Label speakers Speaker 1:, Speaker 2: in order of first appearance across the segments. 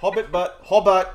Speaker 1: Hobbit butt. Hobbit.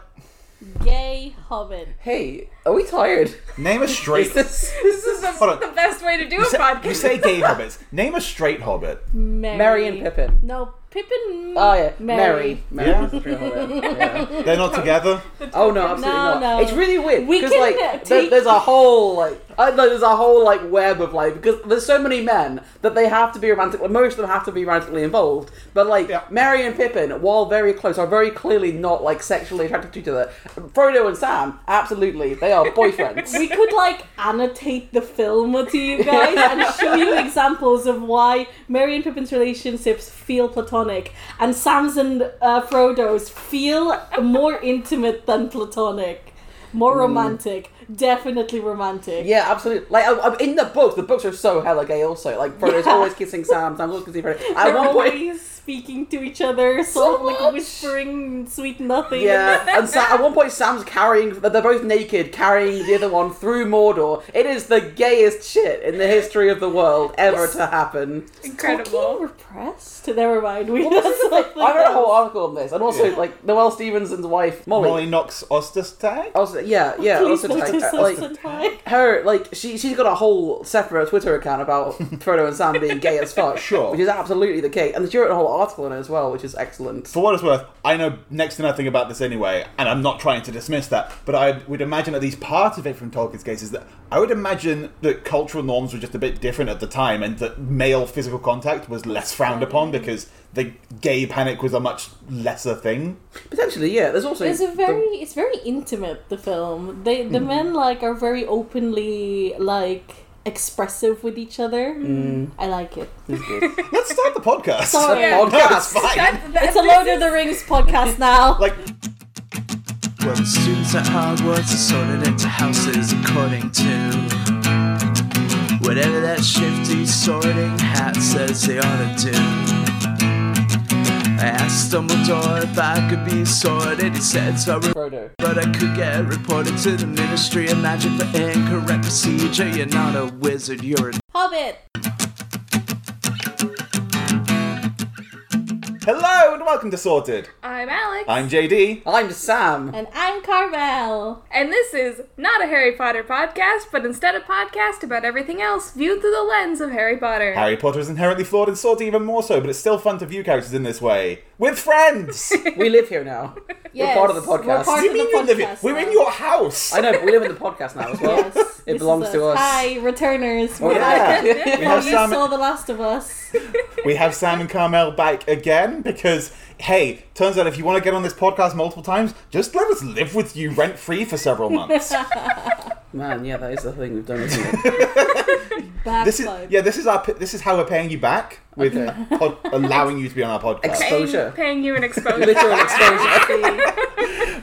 Speaker 2: Gay hobbit.
Speaker 3: Hey, are we tired?
Speaker 1: Name a straight.
Speaker 3: Is this
Speaker 4: This is the,
Speaker 1: Hold on.
Speaker 4: the best way to do a
Speaker 1: You say,
Speaker 4: podcast.
Speaker 1: you say gay hobbits. Name a straight hobbit.
Speaker 2: Mary.
Speaker 3: Mary and Pippin?
Speaker 2: No, Pippin.
Speaker 3: Oh yeah, Mary.
Speaker 2: Mary.
Speaker 3: Mary
Speaker 1: Yeah.
Speaker 3: was the true hobbit. Yeah.
Speaker 1: They're not together.
Speaker 3: Oh no, absolutely
Speaker 2: No,
Speaker 3: not.
Speaker 2: no.
Speaker 3: It's really weird
Speaker 2: We
Speaker 3: because
Speaker 2: can
Speaker 3: like there,
Speaker 2: take-
Speaker 3: there's a whole like I know there's a whole like web of like because there's so many men that they have to be romantic. Like, most of them have to be romantically involved, but like
Speaker 1: Yeah.
Speaker 3: Mary and Pippin, while very close, are very clearly not like sexually attracted to each other. Frodo and Sam, absolutely, they are boyfriends.
Speaker 2: We could like annotate the film to you guys and show you examples of why Mary and Pippin's relationships feel platonic and Sam's and uh, Frodo's feel more intimate than platonic, more romantic, definitely romantic.
Speaker 3: Hmm. Yeah, absolutely. Like I, I'm in the books, the books are so hella gay. Also, like Frodo's
Speaker 2: Yeah.
Speaker 3: always kissing Sam, Sam's always kissing Frodo. At
Speaker 2: They're
Speaker 3: one point,
Speaker 2: always speaking to each other,
Speaker 3: So
Speaker 2: sort of like
Speaker 3: much.
Speaker 2: whispering sweet nothing.
Speaker 3: Yeah, and Sa- at one point Sam's carrying. They're both naked, carrying the other one through Mordor. It is the gayest shit in the history of the world ever to happen.
Speaker 2: Talking
Speaker 4: Incredible.
Speaker 2: repressed? Never mind. We
Speaker 3: Well, this
Speaker 2: that's
Speaker 3: is the thing.
Speaker 2: something
Speaker 3: I read a
Speaker 2: else.
Speaker 3: whole article on this, and also
Speaker 1: Yeah.
Speaker 3: like Noel Stevenson's wife Molly.
Speaker 1: Molly Knox Osterstag.
Speaker 3: Also, yeah, yeah.
Speaker 2: Please
Speaker 3: also,
Speaker 2: don't
Speaker 3: like,
Speaker 2: just
Speaker 3: like,
Speaker 2: listen, hi.
Speaker 3: her like she she's got a whole separate Twitter account about Frodo and Sam being gay as fuck,
Speaker 1: Sure.
Speaker 3: which is absolutely the case, and she wrote a whole article on it as well, which is excellent.
Speaker 1: For what it's worth, I know next to nothing about this anyway, and I'm not trying to dismiss that, but I would imagine at least part of it from Tolkien's case is that I would imagine that cultural norms were just a bit different at the time and that male physical contact was less frowned upon because the gay panic was a much lesser thing.
Speaker 3: Potentially, yeah. There's also
Speaker 2: It's a
Speaker 3: the-
Speaker 2: very, it's very intimate. The film, they, the men like are very openly like expressive with each other. I like it.
Speaker 3: This is good.
Speaker 1: Let's start the podcast.
Speaker 2: Sorry.
Speaker 1: No, it's
Speaker 3: Podcast.
Speaker 1: fine.
Speaker 4: That- that-
Speaker 2: It's a
Speaker 4: this
Speaker 2: Lord of the Rings podcast now.
Speaker 1: Like,
Speaker 5: Well, the students at Hogwarts are sorted into houses according to whatever that shifty sorting hat says they ought to do. I asked Dumbledore if I could be sorted. He said, sorry,
Speaker 3: Frodo.
Speaker 5: but I could get reported to the Ministry of Magic for incorrect procedure. You're not a wizard, you're a
Speaker 2: Hobbit.
Speaker 1: hello and welcome to Sorted.
Speaker 4: I'm Alex.
Speaker 1: I'm JD.
Speaker 3: I'm Sam.
Speaker 2: And I'm Carmel.
Speaker 4: and this is not a Harry Potter podcast, but instead a podcast about everything else viewed through the lens of Harry Potter.
Speaker 1: Harry Potter is inherently flawed and Sorted even more so, but it's still fun to view characters in this way. With friends!
Speaker 3: We live here now.
Speaker 2: Yes,
Speaker 3: part of the podcast.
Speaker 2: We're part
Speaker 1: You
Speaker 2: of the
Speaker 1: mean you
Speaker 2: podcast.
Speaker 1: live in- We're
Speaker 2: now.
Speaker 1: in your house!
Speaker 3: I know, but we live in the podcast now as well.
Speaker 2: Yes, this
Speaker 3: it
Speaker 2: is
Speaker 3: belongs to us.
Speaker 2: Hi, returners.
Speaker 3: Oh,
Speaker 2: We're
Speaker 3: yeah.
Speaker 2: back.
Speaker 1: We
Speaker 2: Oh,
Speaker 1: have
Speaker 2: you
Speaker 1: Sam
Speaker 2: saw The Last of Us.
Speaker 1: we have Sam and Carmel back again because hey, turns out if you want to get on this podcast multiple times, just let us live with you rent free for several months.
Speaker 3: Man, yeah, that is the thing we've done, isn't it?
Speaker 2: Back
Speaker 1: this is
Speaker 2: vibe.
Speaker 1: yeah, this is our this is how we're paying you back with uh, pod, allowing you to be on our podcast.
Speaker 3: Ex- Exposure.
Speaker 4: Paying, paying you an exposure.
Speaker 3: Literal exposure.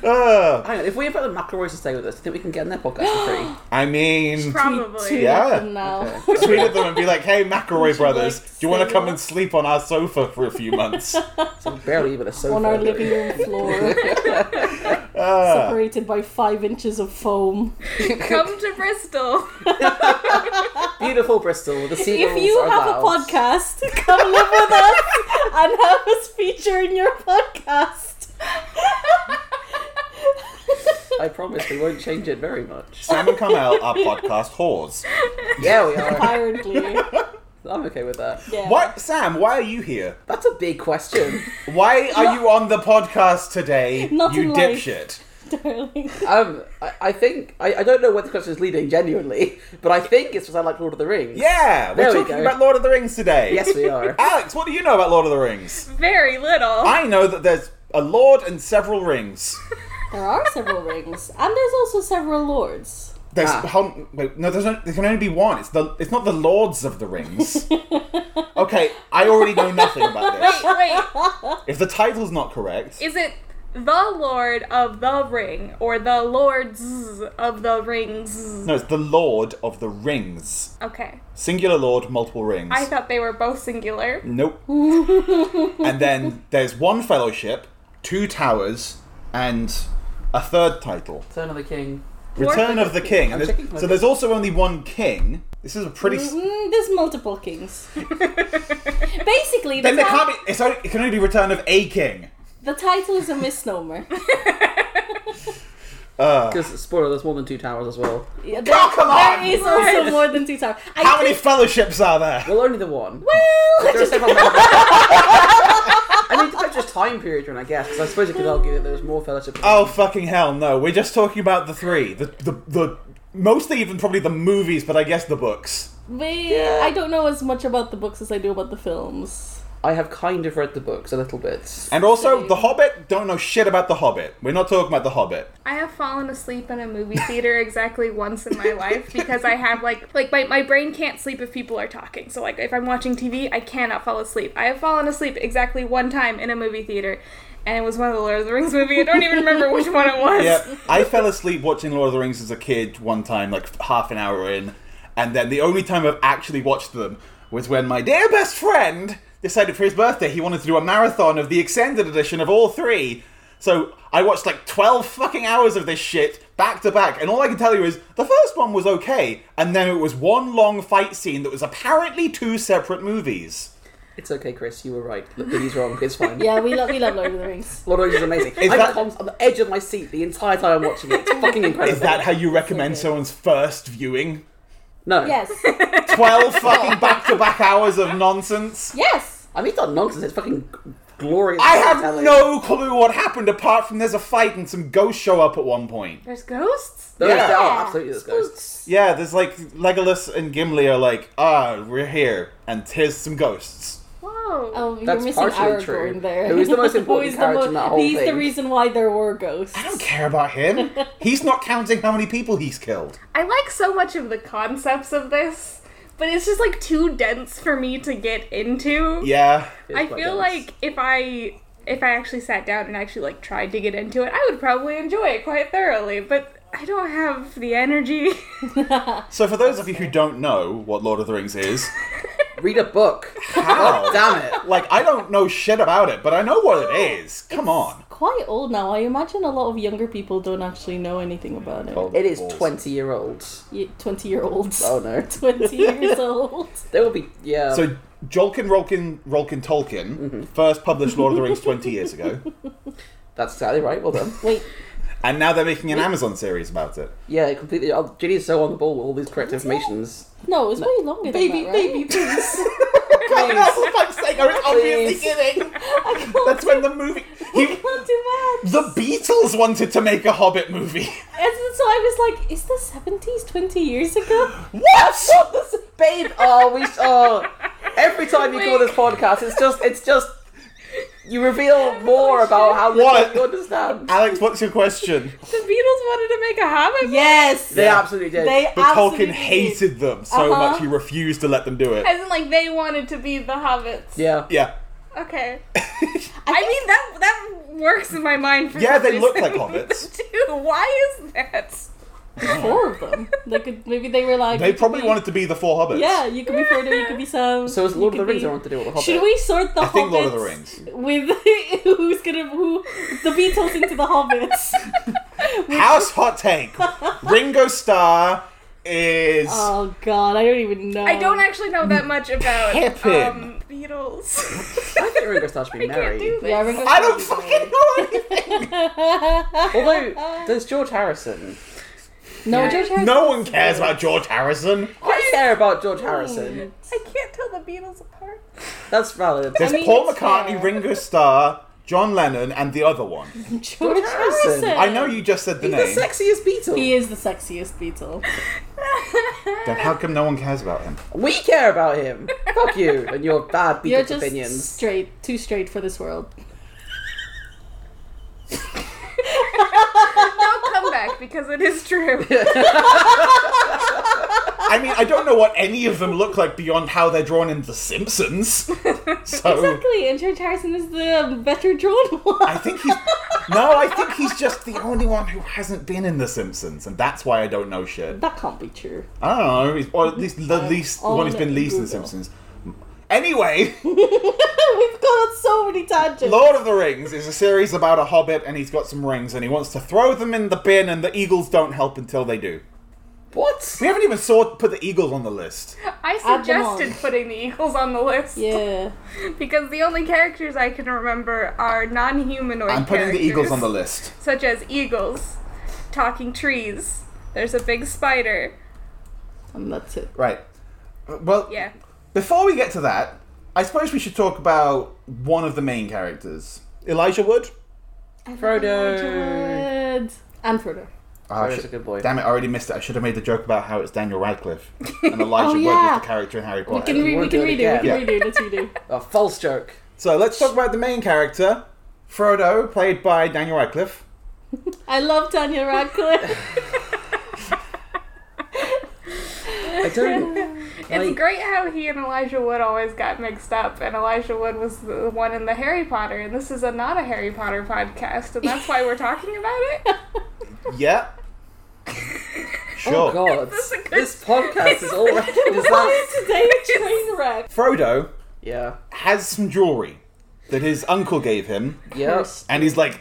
Speaker 1: Uh,
Speaker 3: Hang on, if we invite the McElroys to stay with us, do you think we can get in their podcast for free?
Speaker 1: I mean,
Speaker 2: Two
Speaker 4: Probably.
Speaker 1: Yeah.
Speaker 2: of them now.
Speaker 1: tweet at them and be like, "Hey, McElroy brothers,
Speaker 2: like
Speaker 1: do you want
Speaker 2: say
Speaker 1: to come
Speaker 2: that?
Speaker 1: and sleep on our sofa for a few months?"
Speaker 3: So barely even a sofa.
Speaker 2: on our living room floor,
Speaker 1: Uh,
Speaker 2: separated by five inches of foam.
Speaker 4: Come to Bristol.
Speaker 3: Beautiful Bristol. The
Speaker 2: If
Speaker 3: seagulls
Speaker 2: you
Speaker 3: are
Speaker 2: have a
Speaker 3: loud.
Speaker 2: podcast, come live with us and have us feature in your podcast.
Speaker 3: I promise we won't change it very much.
Speaker 1: Sam and Carmel are podcast whores.
Speaker 3: Yeah, we are.
Speaker 2: Apparently,
Speaker 3: I'm okay with that.
Speaker 2: yeah.
Speaker 1: What, Sam? Why are you here?
Speaker 3: That's a big question.
Speaker 1: Why are you on the podcast today?
Speaker 2: Not
Speaker 1: you
Speaker 2: in life.
Speaker 1: dipshit.
Speaker 2: darling?
Speaker 3: Um, I, I think I, I don't know where the question is leading genuinely, but I think it's because I like Lord of the Rings.
Speaker 1: Yeah,
Speaker 3: There
Speaker 1: we're
Speaker 3: we
Speaker 1: talking
Speaker 3: go.
Speaker 1: about Lord of the Rings today.
Speaker 3: Yes, we are.
Speaker 1: Alex, what do you know about Lord of the Rings?
Speaker 4: Very little.
Speaker 1: I know that there's a lord and several rings.
Speaker 2: There are several rings, and there's also several lords.
Speaker 1: There's
Speaker 3: Ah.
Speaker 1: how, wait, no, there's no, there can only be one. It's the it's not the lords of the rings. okay, I already know nothing about this.
Speaker 4: Wait,
Speaker 1: If the title's not correct,
Speaker 4: is it the Lord of the Ring or the Lords of the Rings?
Speaker 1: no, it's the Lord of the Rings.
Speaker 4: Okay.
Speaker 1: Singular Lord, multiple rings.
Speaker 4: I thought they were both singular.
Speaker 1: nope. and then there's one fellowship, two towers, and a third title.
Speaker 3: Turn of the King.
Speaker 1: Return of the King.
Speaker 3: I'm
Speaker 1: There's-
Speaker 3: checking my
Speaker 1: so there's also only one king. This is a pretty. s-
Speaker 2: Mm, there's multiple kings. Basically,
Speaker 1: Then
Speaker 2: the
Speaker 1: there
Speaker 2: town-
Speaker 1: can't be. It's only, it can only be Return of a king.
Speaker 2: The title is a misnomer.
Speaker 1: Uh,
Speaker 3: Because spoiler, there's more than two towers as well.
Speaker 2: Yeah,
Speaker 1: Oh, come on!
Speaker 2: There is also more than two towers. I
Speaker 1: how many
Speaker 2: think-
Speaker 1: fellowships are there?
Speaker 3: Well, only the one.
Speaker 2: Well,
Speaker 3: There are several members. I mean, it depends which time period you're in, I guess. 'cause I suppose you could argue that there's more fellowship.
Speaker 1: Oh fucking hell! No, we're just talking about the three. The the the mostly even probably the movies, but I guess the books.
Speaker 2: we-
Speaker 3: Yeah.
Speaker 2: I don't know as much about the books as I do about the films.
Speaker 3: I have kind of read the books a little bit.
Speaker 1: And also, The Hobbit. Don't know shit about The Hobbit. We're not talking about The Hobbit.
Speaker 4: I have fallen asleep in a movie theater exactly once in my life because I have like like my, my brain can't sleep if people are talking. So like if I'm watching TV, I cannot fall asleep. I have fallen asleep exactly one time in a movie theater, and it was one of the Lord of the Rings movie. I don't even remember which one it was.
Speaker 1: Yeah, I fell asleep watching Lord of the Rings as a kid one time, like half an hour in, and then the only time I've actually watched them was when my dear best friend decided for his birthday he wanted to do a marathon of the extended edition of all three. So I watched like 12 fucking hours of this shit back to back, and all I can tell you is the first one was okay, and then it was one long fight scene that was apparently two separate movies.
Speaker 3: It's okay, Chris. You were right. Look, he's wrong. It's fine.
Speaker 2: Yeah, we love we love Lord of the Rings.
Speaker 3: Lord of the Rings is amazing. I'm
Speaker 1: that-
Speaker 3: cons- on the edge of my seat the entire time I'm watching it. It's fucking incredible.
Speaker 1: Is that how you recommend someone's first viewing?
Speaker 3: no.
Speaker 2: Yes,
Speaker 1: 12 fucking back to back hours of nonsense?
Speaker 2: yes.
Speaker 3: I mean, it's not nonsense. It's fucking glorious.
Speaker 1: I have
Speaker 3: storytelling.
Speaker 1: no clue what happened apart from there's a fight and some ghosts show up at one point.
Speaker 4: There's ghosts.
Speaker 3: There is-
Speaker 1: Yeah.
Speaker 3: there are absolutely there's ghosts.
Speaker 2: Spooks.
Speaker 1: Yeah, there's like Legolas and Gimli are like, ah, we're here, and here's some ghosts.
Speaker 4: Whoa.
Speaker 2: Oh, you're
Speaker 3: That's
Speaker 2: missing
Speaker 3: partially
Speaker 2: Aragorn
Speaker 3: true.
Speaker 2: there.
Speaker 3: Who is the most
Speaker 2: Who
Speaker 3: important
Speaker 2: is the
Speaker 3: character in that whole
Speaker 2: He's the
Speaker 3: thing?
Speaker 2: reason why there were ghosts.
Speaker 1: I don't care about him. he's not counting how many people he's killed.
Speaker 4: I like so much of the concepts of this, but it's just like too dense for me to get into.
Speaker 1: Yeah.
Speaker 3: It's
Speaker 4: I
Speaker 3: quite
Speaker 4: feel
Speaker 3: dense.
Speaker 4: like if I if I actually sat down and actually like tried to get into it, I would probably enjoy it quite thoroughly, but I don't have the energy.
Speaker 1: So for those of you who don't know what Lord of the Rings is,
Speaker 3: read a book.
Speaker 1: how?
Speaker 3: Damn it.
Speaker 1: Like I don't know shit about it, but I know what it is. Come on.
Speaker 2: Quite old now. I imagine a lot of younger people don't actually know anything about it.
Speaker 3: It is 20 year olds.
Speaker 2: Ye- Twenty year olds.
Speaker 3: Oh no.
Speaker 2: Twenty years old.
Speaker 3: There will be, yeah.
Speaker 1: So Jolkin Rolkin Rolkin Tolkien first published Lord of the Rings 20 years ago,
Speaker 3: that's exactly right. Well done.
Speaker 2: Wait,
Speaker 1: and now they're making an Amazon series about it.
Speaker 3: Yeah, completely. Oh, Ginny is so on the ball with all these correct informations.
Speaker 2: no, it's way longer. than
Speaker 3: Baby,
Speaker 2: that, right?
Speaker 3: baby, please.
Speaker 1: God, that's what I'm saying. I was obviously
Speaker 3: Please.
Speaker 1: kidding.
Speaker 2: I can't
Speaker 1: That's when the movie. He,
Speaker 2: Not too bad.
Speaker 1: the Beatles wanted to make a Hobbit movie.
Speaker 2: And so I was like, is the 70s 20 years ago?
Speaker 1: What?
Speaker 3: What this babe? Oh, we. Oh, every time you call this podcast, it's just, it's just. You reveal more about how little
Speaker 1: What?
Speaker 3: you understand.
Speaker 1: Alex, what's your question?
Speaker 4: the Beatles wanted to make a Hobbit movie.
Speaker 2: Yes!
Speaker 3: They
Speaker 1: Yeah.
Speaker 3: absolutely did.
Speaker 2: They
Speaker 1: But
Speaker 2: absolutely
Speaker 1: Tolkien hated them so
Speaker 2: Uh-huh.
Speaker 1: much he refused to let them do it.
Speaker 4: As in, like they wanted to be the hobbits.
Speaker 3: yeah.
Speaker 1: Yeah.
Speaker 4: Okay. I mean that that works in my mind for
Speaker 1: Yeah,
Speaker 4: some
Speaker 1: they look
Speaker 4: reason.
Speaker 1: like hobbits.
Speaker 4: Dude, why is that?
Speaker 2: four of them. They could, maybe they were like.
Speaker 1: They
Speaker 2: you could
Speaker 1: probably
Speaker 2: be-
Speaker 1: wanted to be the Four Hobbits.
Speaker 2: Yeah, you could be Frodo, you could be Sam.
Speaker 3: So it's Lord of
Speaker 2: you
Speaker 3: the
Speaker 2: could
Speaker 3: Rings.
Speaker 2: be-
Speaker 3: I want to do all the Hobbit.
Speaker 2: Should we sort the
Speaker 1: I think Lord of the
Speaker 2: Hobbits
Speaker 1: Rings.
Speaker 2: with who's gonna who the Beatles into the Hobbits?
Speaker 1: House hot take. Ringo Starr is.
Speaker 2: oh god, I don't even know.
Speaker 4: I don't actually know that much about
Speaker 1: Pippin.
Speaker 4: um Beatles.
Speaker 3: I think Ringo Starr should be
Speaker 4: I can't
Speaker 3: married.
Speaker 4: do this.
Speaker 2: Yeah, Ringo
Speaker 1: I don't fucking know anything.
Speaker 3: Although, there's George Harrison.
Speaker 2: no, George Harrison.
Speaker 1: No one cares about George Harrison.
Speaker 3: I care about George Harrison.
Speaker 4: I can't tell the Beatles apart.
Speaker 3: That's valid.
Speaker 1: There's
Speaker 2: I mean,
Speaker 1: Paul
Speaker 2: it's
Speaker 1: McCartney,
Speaker 2: fair.
Speaker 1: Ringo Starr, John Lennon, and the other one.
Speaker 2: George
Speaker 3: Harrison.
Speaker 2: Harrison.
Speaker 1: I know you just said the
Speaker 3: He's
Speaker 1: name.
Speaker 3: the sexiest Beatle.
Speaker 2: He is the sexiest Beatle.
Speaker 1: Then how come no one cares about him?
Speaker 3: We care about him. Fuck you and your bad
Speaker 2: You're
Speaker 3: Beatles
Speaker 2: just
Speaker 3: opinions.
Speaker 2: straight, too straight for this world.
Speaker 4: Don't come back because it is true.
Speaker 1: I mean, I don't know what any of them look like beyond how they're drawn in The Simpsons. So
Speaker 2: Exactly, and George Harrison is the better drawn one.
Speaker 1: I think he's no, I think he's just the only one who hasn't been in The Simpsons, and that's why I don't know shit.
Speaker 2: that can't be true.
Speaker 1: I don't know, he's, or at least the least the one who's been least in The
Speaker 2: Google.
Speaker 1: Simpsons. Anyway,
Speaker 2: We've gone on so many tangents.
Speaker 1: Lord of the Rings is a series about a hobbit, and he's got some rings, and he wants to throw them in the bin, and the eagles don't help until they do.
Speaker 3: What?
Speaker 1: We haven't even saw put the Eagles on the list.
Speaker 4: I
Speaker 2: Add them
Speaker 4: suggested
Speaker 2: on.
Speaker 4: putting the Eagles on the list
Speaker 2: Yeah.
Speaker 4: because the only characters I can remember are non-humanoid.
Speaker 1: I'm putting the Eagles
Speaker 4: characters,
Speaker 1: on the list.
Speaker 4: such as eagles, talking trees. There's a big spider.
Speaker 2: And that's it.
Speaker 1: Right. Well,
Speaker 4: Yeah.
Speaker 1: before we get to that, I suppose we should talk about one of the main characters, Elijah Wood.
Speaker 3: Frodo.
Speaker 2: Good. And Frodo.
Speaker 1: Ah,
Speaker 3: Frodo's
Speaker 1: shit.
Speaker 3: a good boy.
Speaker 1: Damn it, I already missed it. I should have made the joke about how it's Daniel Radcliffe and Elijah
Speaker 2: Oh,
Speaker 1: Wood
Speaker 2: yeah.
Speaker 1: was the character in Harry
Speaker 2: We
Speaker 1: Potter.
Speaker 2: can, re- we
Speaker 3: won't
Speaker 2: can
Speaker 3: do it
Speaker 2: redo. We
Speaker 3: again.
Speaker 2: can redo. Let's redo.
Speaker 3: A false joke.
Speaker 1: So let's talk about the main character, Frodo, played by Daniel Radcliffe.
Speaker 2: I love Daniel Radcliffe.
Speaker 3: I don't.
Speaker 4: It's
Speaker 3: like-
Speaker 4: great how he and Elijah Wood always got mixed up, and Elijah Wood was the one in the Harry Potter, and this is a not a Harry Potter podcast, and that's why we're talking about it.
Speaker 1: Yeah. Sure.
Speaker 3: Oh god.
Speaker 4: This is a good-
Speaker 3: This podcast is already
Speaker 2: What
Speaker 3: disaster.
Speaker 2: is today a train wreck?
Speaker 1: Frodo
Speaker 3: Yeah.
Speaker 1: has some jewelry that his uncle gave him,
Speaker 3: Yes.
Speaker 1: and he's like,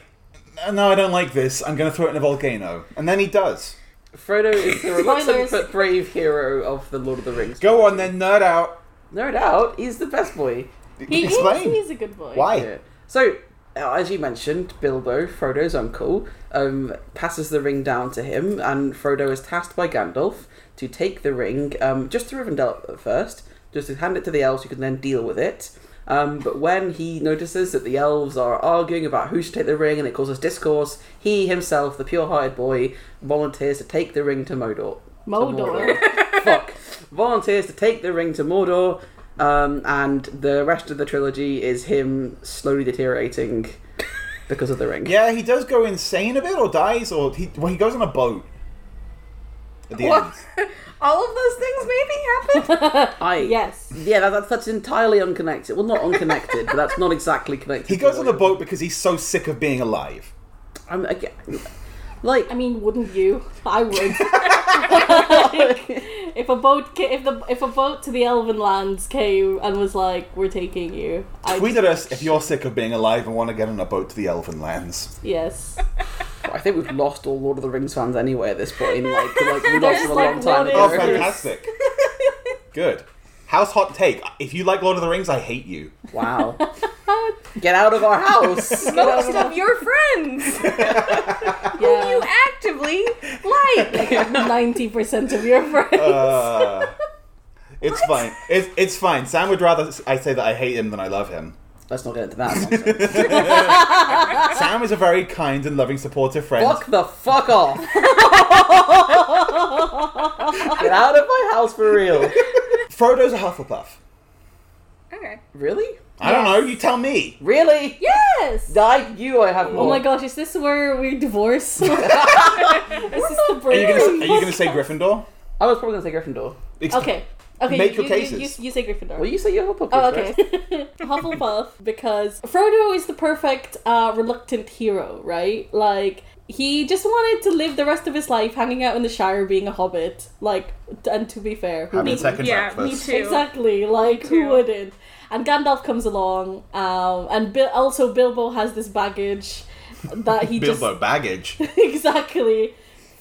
Speaker 1: "No, I don't like this. I'm going to throw it in a volcano." And then he does.
Speaker 3: Frodo is the reluctant
Speaker 2: Spoilers.
Speaker 3: but brave hero of the Lord of the Rings.
Speaker 1: Go on, then, nerd out.
Speaker 3: No doubt, he's the best boy.
Speaker 2: He is.
Speaker 1: Explain
Speaker 2: He's a good boy.
Speaker 1: why.
Speaker 3: Yeah. So, uh, as you mentioned, Bilbo, Frodo's uncle, um, passes the ring down to him, and Frodo is tasked by Gandalf to take the ring um, just to Rivendell at first, just to hand it to the elves who can then deal with it. Um, but when he notices that the elves are arguing about who should take the ring and it causes discourse, he himself, the pure hearted boy, volunteers to take the ring to Modor. To
Speaker 2: Mordor.
Speaker 3: Fuck. Volunteers to take the ring to Mordor, um, and the rest of the trilogy is him slowly deteriorating because of the ring.
Speaker 1: Yeah, he does go insane a bit, or dies, or he well, he goes on a boat. At the
Speaker 4: What?
Speaker 1: end,
Speaker 4: All of those things maybe happened.
Speaker 3: I,
Speaker 2: Yes.
Speaker 3: Yeah, that, that's, that's entirely unconnected. Well, not unconnected, but that's not exactly connected.
Speaker 1: he
Speaker 3: to
Speaker 1: goes on a
Speaker 3: Mordor.
Speaker 1: boat because he's so sick of being alive.
Speaker 3: I'm, I, get- like,
Speaker 2: I mean, wouldn't you? I would. Like, if a boat, ca- if the if a boat to the Elven lands came and was like, "We're taking you," I
Speaker 1: Tweet at us if you're sick of being alive and want to get on a boat to the Elven Lands.
Speaker 2: yes,
Speaker 3: I think we've lost all Lord of the Rings fans anyway at this point. Like, like we lost them a
Speaker 2: Like,
Speaker 3: long time
Speaker 2: what
Speaker 1: Oh,
Speaker 2: Yes.
Speaker 3: ago.
Speaker 1: fantastic! Good. House hot take. If you like Lord of the Rings, I hate you.
Speaker 3: Wow. Get out of our house! Get out
Speaker 4: Most
Speaker 3: of
Speaker 4: of your friends you
Speaker 2: yeah,
Speaker 4: actively like.
Speaker 2: ninety percent of your friends.
Speaker 1: Uh, it's fine. It's it's fine. Sam would rather s- I say that I hate him than I love him.
Speaker 3: Let's not get into that. nonsense.
Speaker 1: Sam is a very kind and loving, supportive friend.
Speaker 3: Fuck the fuck off! Get out of my house for real.
Speaker 1: Frodo's a Hufflepuff.
Speaker 4: Okay.
Speaker 3: Really?
Speaker 1: I don't know. You tell me.
Speaker 3: Really?
Speaker 2: yes.
Speaker 3: I you I have more.
Speaker 2: Oh my gosh, is this where we divorce? is this the
Speaker 1: Are you
Speaker 2: break?
Speaker 1: gonna say, are you gonna say Gryffindor?
Speaker 3: I was probably gonna say Gryffindor.
Speaker 1: Ex-
Speaker 2: okay. Okay,
Speaker 1: Make
Speaker 2: you,
Speaker 1: your
Speaker 2: you- you-
Speaker 1: cases.
Speaker 2: You, you say Gryffindor.
Speaker 3: Well, you say you're Hufflepuff.
Speaker 2: Oh,
Speaker 3: first.
Speaker 2: okay. Hufflepuff, because Frodo is the perfect uh, reluctant hero, right? Like, he just wanted to live the rest of his life hanging out in the Shire being a hobbit. Like, t- and to be fair, who
Speaker 1: Having
Speaker 2: wouldn't?
Speaker 1: second
Speaker 4: Yeah, me
Speaker 1: breakfast.
Speaker 4: too.
Speaker 2: Exactly, like, who
Speaker 4: too.
Speaker 2: wouldn't? And Gandalf comes along, um, and Bil- also Bilbo has this baggage that he just
Speaker 1: Bilbo baggage.
Speaker 2: exactly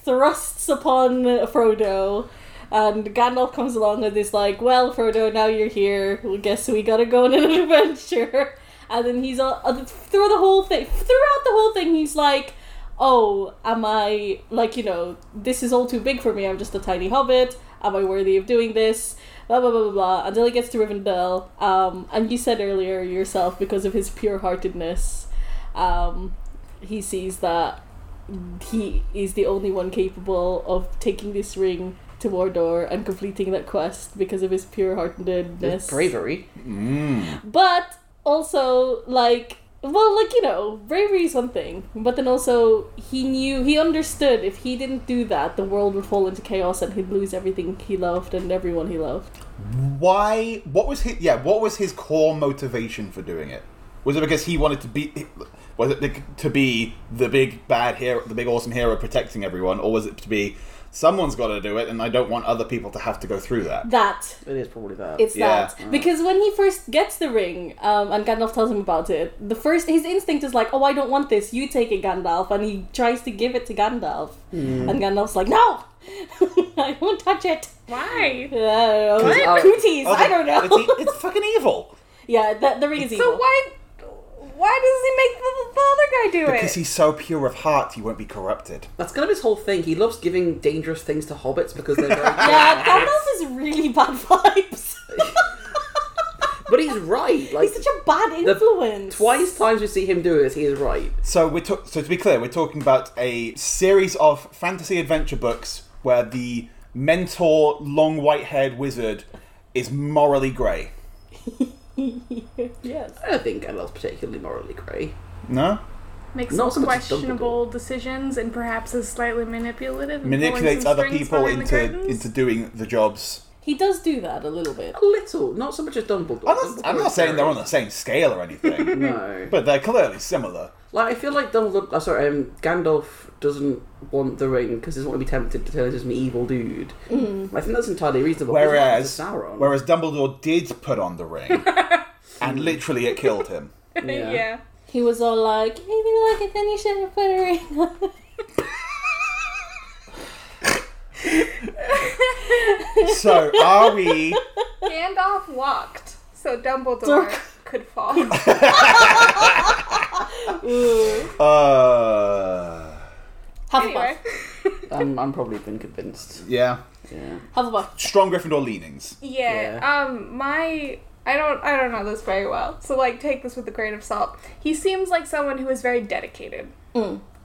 Speaker 2: thrusts upon Frodo. And Gandalf comes along and is like, "Well, Frodo, now you're here. Well, guess we gotta go on an adventure." And then he's all uh, through the whole thing. Throughout the whole thing, he's like, "Oh, am I like you know this is all too big for me? I'm just a tiny hobbit. Am I worthy of doing this?" Blah blah blah blah blah. Until he gets to Rivendell. Um, and you said earlier yourself because of his pure-heartedness, um, he sees that he is the only one capable of taking this ring to Mordor and completing that quest because of his pure-heartedness.
Speaker 3: There's bravery.
Speaker 2: But also, like, well, like you know, bravery is one thing, but then also he knew he understood if he didn't do that, the world would fall into chaos and he'd lose everything he loved and everyone he loved.
Speaker 1: Why? What was his? Yeah, what was his core motivation for doing it? Was it because he wanted to be? Was it to be the big bad hero, the big awesome hero protecting everyone, or was it to be Someone's got to do it, and I don't want other people to have to go through that.
Speaker 2: That
Speaker 3: It is probably that.
Speaker 2: It's
Speaker 1: Yeah.
Speaker 2: that because when he first gets the ring, um, and Gandalf tells him about it, the first his instinct is like, "Oh, I don't want this. You take it, Gandalf." And he tries to give it to Gandalf, and Gandalf's like, "No, I won't touch it."
Speaker 4: Why?
Speaker 2: I don't know.
Speaker 3: What?
Speaker 2: Cooties. I don't
Speaker 1: It's,
Speaker 2: know.
Speaker 1: e- it's fucking evil
Speaker 2: yeah, the, the ring is evil.
Speaker 4: So why? Why does he make the, the other guy do
Speaker 1: because
Speaker 4: it?
Speaker 1: he's so pure of heart, he won't be corrupted.
Speaker 3: That's kind of his whole thing. He loves giving dangerous things to hobbits because they're very.
Speaker 2: Yeah, Gandalf is really bad vibes.
Speaker 3: But he's right. Like
Speaker 2: He's such a bad influence.
Speaker 3: twice times we see him do this, he is right.
Speaker 1: So we to- so to be clear, we're talking about a series of fantasy adventure books where the mentor, long white-haired wizard, is morally grey.
Speaker 2: yes.
Speaker 3: I don't think Gandalf's particularly morally grey.
Speaker 1: No,
Speaker 4: Makes
Speaker 3: Not so
Speaker 4: some
Speaker 3: much as
Speaker 4: questionable decisions and perhaps is slightly manipulative. and pulling
Speaker 1: manipulates
Speaker 4: some
Speaker 1: other
Speaker 4: strings
Speaker 1: people
Speaker 4: behind the
Speaker 1: into
Speaker 4: curtains.
Speaker 1: into doing the jobs.
Speaker 2: He does do that a little bit.
Speaker 3: A little, not so much as Dumbledore.
Speaker 1: I'm not, I'm not
Speaker 3: Dumbledore's
Speaker 1: saying they're
Speaker 3: very-
Speaker 1: on the same scale or anything,
Speaker 3: No.
Speaker 1: but they're clearly similar.
Speaker 3: Like, I feel like Dumbledore. Uh, sorry, um, Gandalf doesn't want the ring because he doesn't want to be tempted to turn into an evil dude.
Speaker 2: Mm.
Speaker 3: I think that's entirely reasonable. That's what happened
Speaker 1: Whereas,
Speaker 3: to Sauron.
Speaker 1: whereas Dumbledore did put on the ring, and literally it killed him.
Speaker 3: Yeah.
Speaker 4: yeah.
Speaker 2: He was all like, "If you like it, then you should put a ring on." it."
Speaker 1: So are we?
Speaker 4: Gandalf walked so Dumbledore could fall.
Speaker 1: Uh,
Speaker 2: Hufflepuff.
Speaker 4: anyway,
Speaker 3: I'm, I'm probably been convinced.
Speaker 1: yeah,
Speaker 3: Yeah.
Speaker 2: Hufflepuff.
Speaker 1: strong Gryffindor leanings.
Speaker 4: yeah, Um, my I don't I don't know this very well, so like take this with a grain of salt. He seems like someone who is very dedicated.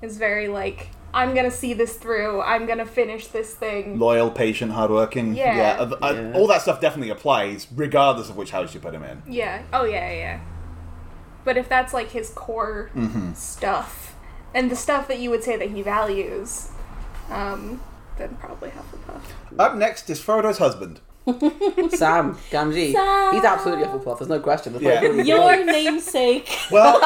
Speaker 4: Is very like I'm gonna see this through. I'm gonna finish this thing.
Speaker 1: Loyal, patient, hardworking.
Speaker 4: Yeah.
Speaker 1: yeah, uh, uh,
Speaker 3: Yeah.
Speaker 1: all that stuff definitely applies, regardless of which house you put him in.
Speaker 4: Yeah. Oh yeah, yeah, yeah. But if that's like his core
Speaker 3: Mm-hmm.
Speaker 4: stuff and the stuff that you would say that he values, um, then probably Hufflepuff.
Speaker 1: Up next is Frodo's husband.
Speaker 3: Sam, Gamgee,
Speaker 2: Sam.
Speaker 3: he's absolutely Hufflepuff. There's no question. There's
Speaker 1: Yeah.
Speaker 3: no question.
Speaker 2: Your namesake.
Speaker 1: Well,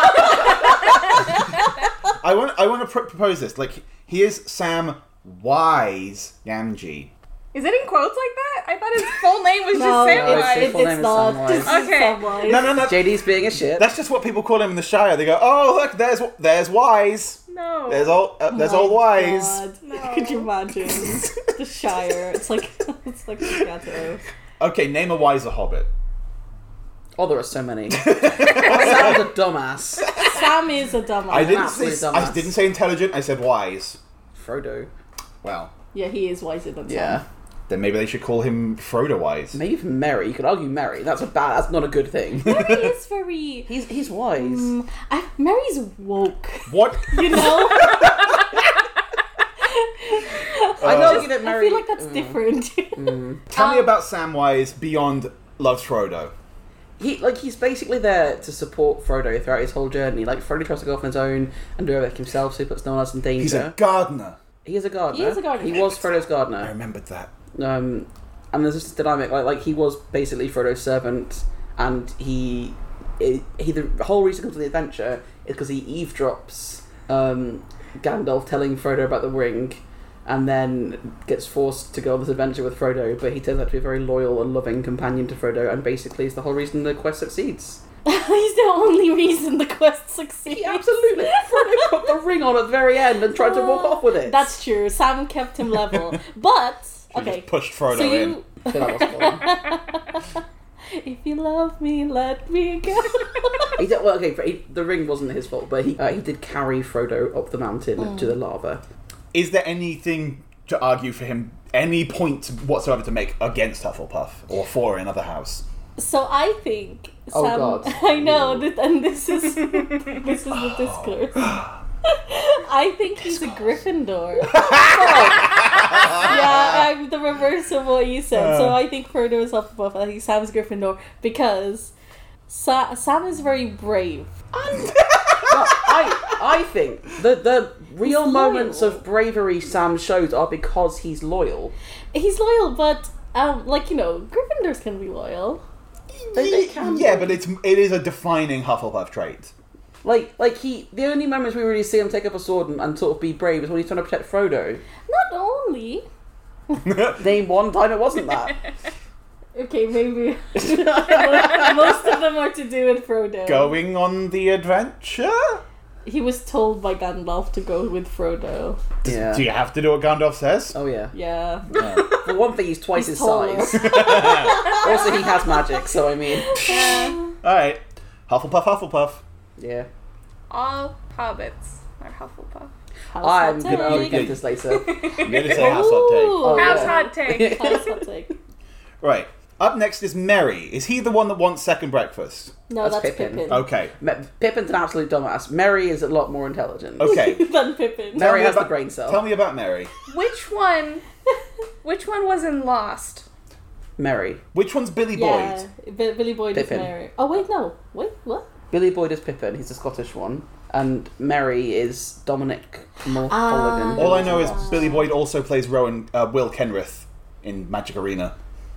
Speaker 1: I want I want to pr- propose this. Like, here's Sam Wise Gamgee.
Speaker 4: Is it in quotes like that? I thought his full name was
Speaker 2: No,
Speaker 4: just Samwise.
Speaker 2: it's,
Speaker 3: Full name
Speaker 2: it's
Speaker 3: is
Speaker 2: not.
Speaker 3: Samwise.
Speaker 2: This is
Speaker 4: Okay.
Speaker 2: Samwise.
Speaker 1: No, no, no.
Speaker 3: JD's being a shit.
Speaker 1: That's just what people call him in the Shire. They go, "Oh, look, there's there's Wise,
Speaker 4: no.
Speaker 1: there's all uh, there's
Speaker 2: Oh My
Speaker 1: old Wise."
Speaker 2: God.
Speaker 4: No.
Speaker 2: Could you imagine the Shire? It's like it's like the ghetto.
Speaker 1: Okay, name a wiser hobbit.
Speaker 3: Oh, there are so many. Sam's a dumbass.
Speaker 2: Sam is a dumbass.
Speaker 1: I didn't say
Speaker 3: absolute
Speaker 1: I
Speaker 3: dumbass.
Speaker 1: didn't say intelligent. I said wise.
Speaker 3: Frodo.
Speaker 1: Well,
Speaker 2: Yeah, he is wiser than Sam.
Speaker 3: Yeah.
Speaker 1: then maybe they should call him Frodo Wise.
Speaker 3: Maybe even Merry. You could argue Merry. That's a bad. That's not a good thing.
Speaker 2: Mary is very.
Speaker 3: he's he's wise.
Speaker 2: Mm, I, Mary's woke.
Speaker 1: What?
Speaker 2: You know.
Speaker 3: I
Speaker 1: Uh,
Speaker 3: know that
Speaker 2: I
Speaker 3: Merry.
Speaker 2: feel like that's different.
Speaker 1: Tell
Speaker 2: Um,
Speaker 1: me about Samwise beyond loves Frodo.
Speaker 3: he like he's basically there to support Frodo throughout his whole journey. Like Frodo tries to go off on his own and do everything himself, so he puts no one else in danger.
Speaker 1: He's a gardener.
Speaker 3: he is a gardener.
Speaker 2: He is a gardener.
Speaker 3: He was Frodo's
Speaker 1: I
Speaker 3: gardener.
Speaker 1: remembered that.
Speaker 3: Um, and there's this dynamic like like he was basically Frodo's servant, and he he the whole reason he comes to the adventure is because he eavesdrops um, Gandalf telling Frodo about the ring. And then gets forced to go on this adventure with Frodo, but he turns out to be a very loyal and loving companion to Frodo, and basically is the whole reason the quest succeeds.
Speaker 2: He's the only reason the quest succeeds.
Speaker 3: Yeah, absolutely. Frodo put the ring on at the very end and tried to walk off with it.
Speaker 2: That's true. Sam kept him level, but
Speaker 1: He
Speaker 2: okay.
Speaker 1: just pushed Frodo
Speaker 2: So
Speaker 1: in.
Speaker 2: you,
Speaker 3: I feel like that was fun.
Speaker 2: if you love me, let me go.
Speaker 3: He did, well, okay, but he, the ring wasn't his fault, but he uh, he did carry Frodo up the mountain to the lava.
Speaker 1: Is there anything to argue for him? Any point whatsoever to make against Hufflepuff or for another house?
Speaker 2: so I think.
Speaker 3: Oh,
Speaker 2: Sam,
Speaker 3: God.
Speaker 2: I know that, and this is this is the discourse.
Speaker 3: Oh.
Speaker 2: I think he's a Gryffindor. yeah, I'm the reverse of what you said. so
Speaker 3: Uh.
Speaker 2: I think Frodo is Hufflepuff. I think Sam's Gryffindor because Sa- Sam is very brave.
Speaker 3: But I I think the the real
Speaker 2: He's
Speaker 3: moments
Speaker 2: loyal.
Speaker 3: of bravery Sam shows are because he's loyal.
Speaker 2: He's loyal, but um, like you know, Gryffindors can be loyal.
Speaker 3: They, they can
Speaker 1: Yeah,
Speaker 3: be.
Speaker 1: but it's it is a defining Hufflepuff trait.
Speaker 3: like like he the only moments we really see him take up a sword and, and sort of be brave is when he's trying to protect Frodo.
Speaker 2: Not only.
Speaker 3: Name one time it wasn't that.
Speaker 2: Okay, maybe most of them are to do with Frodo.
Speaker 1: Going on the adventure?
Speaker 2: He was told by Gandalf to go with Frodo.
Speaker 1: Do
Speaker 3: yeah.
Speaker 1: you have to do what Gandalf says?
Speaker 3: Oh yeah.
Speaker 2: Yeah.
Speaker 3: For one thing, he's twice
Speaker 2: He's
Speaker 3: his size. also, he has magic, so I mean,
Speaker 1: Alright. Hufflepuff, Hufflepuff.
Speaker 3: yeah.
Speaker 4: All hobbits are Hufflepuff.
Speaker 2: House
Speaker 3: I'm
Speaker 2: hot
Speaker 3: gonna
Speaker 1: take.
Speaker 3: get this later.
Speaker 1: I'm going to say house hot take.
Speaker 2: Ooh.
Speaker 3: Oh,
Speaker 4: House
Speaker 3: yeah.
Speaker 4: hot take.
Speaker 2: House hot take.
Speaker 1: Right. Up next is Merry. Is he the one that wants second breakfast?
Speaker 2: No,
Speaker 3: That's
Speaker 2: that's,
Speaker 3: Pippin.
Speaker 2: Pippin.
Speaker 1: Okay.
Speaker 3: Me- Pippin's an absolute dumbass. Merry is a lot more intelligent.
Speaker 1: Okay.
Speaker 2: Than Pippin.
Speaker 1: Tell
Speaker 3: Merry
Speaker 1: me
Speaker 3: has
Speaker 1: about-
Speaker 3: the brain cell.
Speaker 1: Tell me about Merry.
Speaker 4: Which one? Which one was in Lost?
Speaker 3: Merry.
Speaker 1: Which one's Billy
Speaker 2: Yeah,
Speaker 1: Boyd?
Speaker 2: Bi- Billy Boyd
Speaker 3: Pippin.
Speaker 2: is Mary. Oh wait, no, wait, what?
Speaker 3: Billy Boyd is Pippin. He's the Scottish one, and Merry is Dominic
Speaker 2: Ah.
Speaker 3: Mulholligan.
Speaker 1: All I know is Billy Boyd also plays Rowan uh, Will Kenrith in Magic Arena.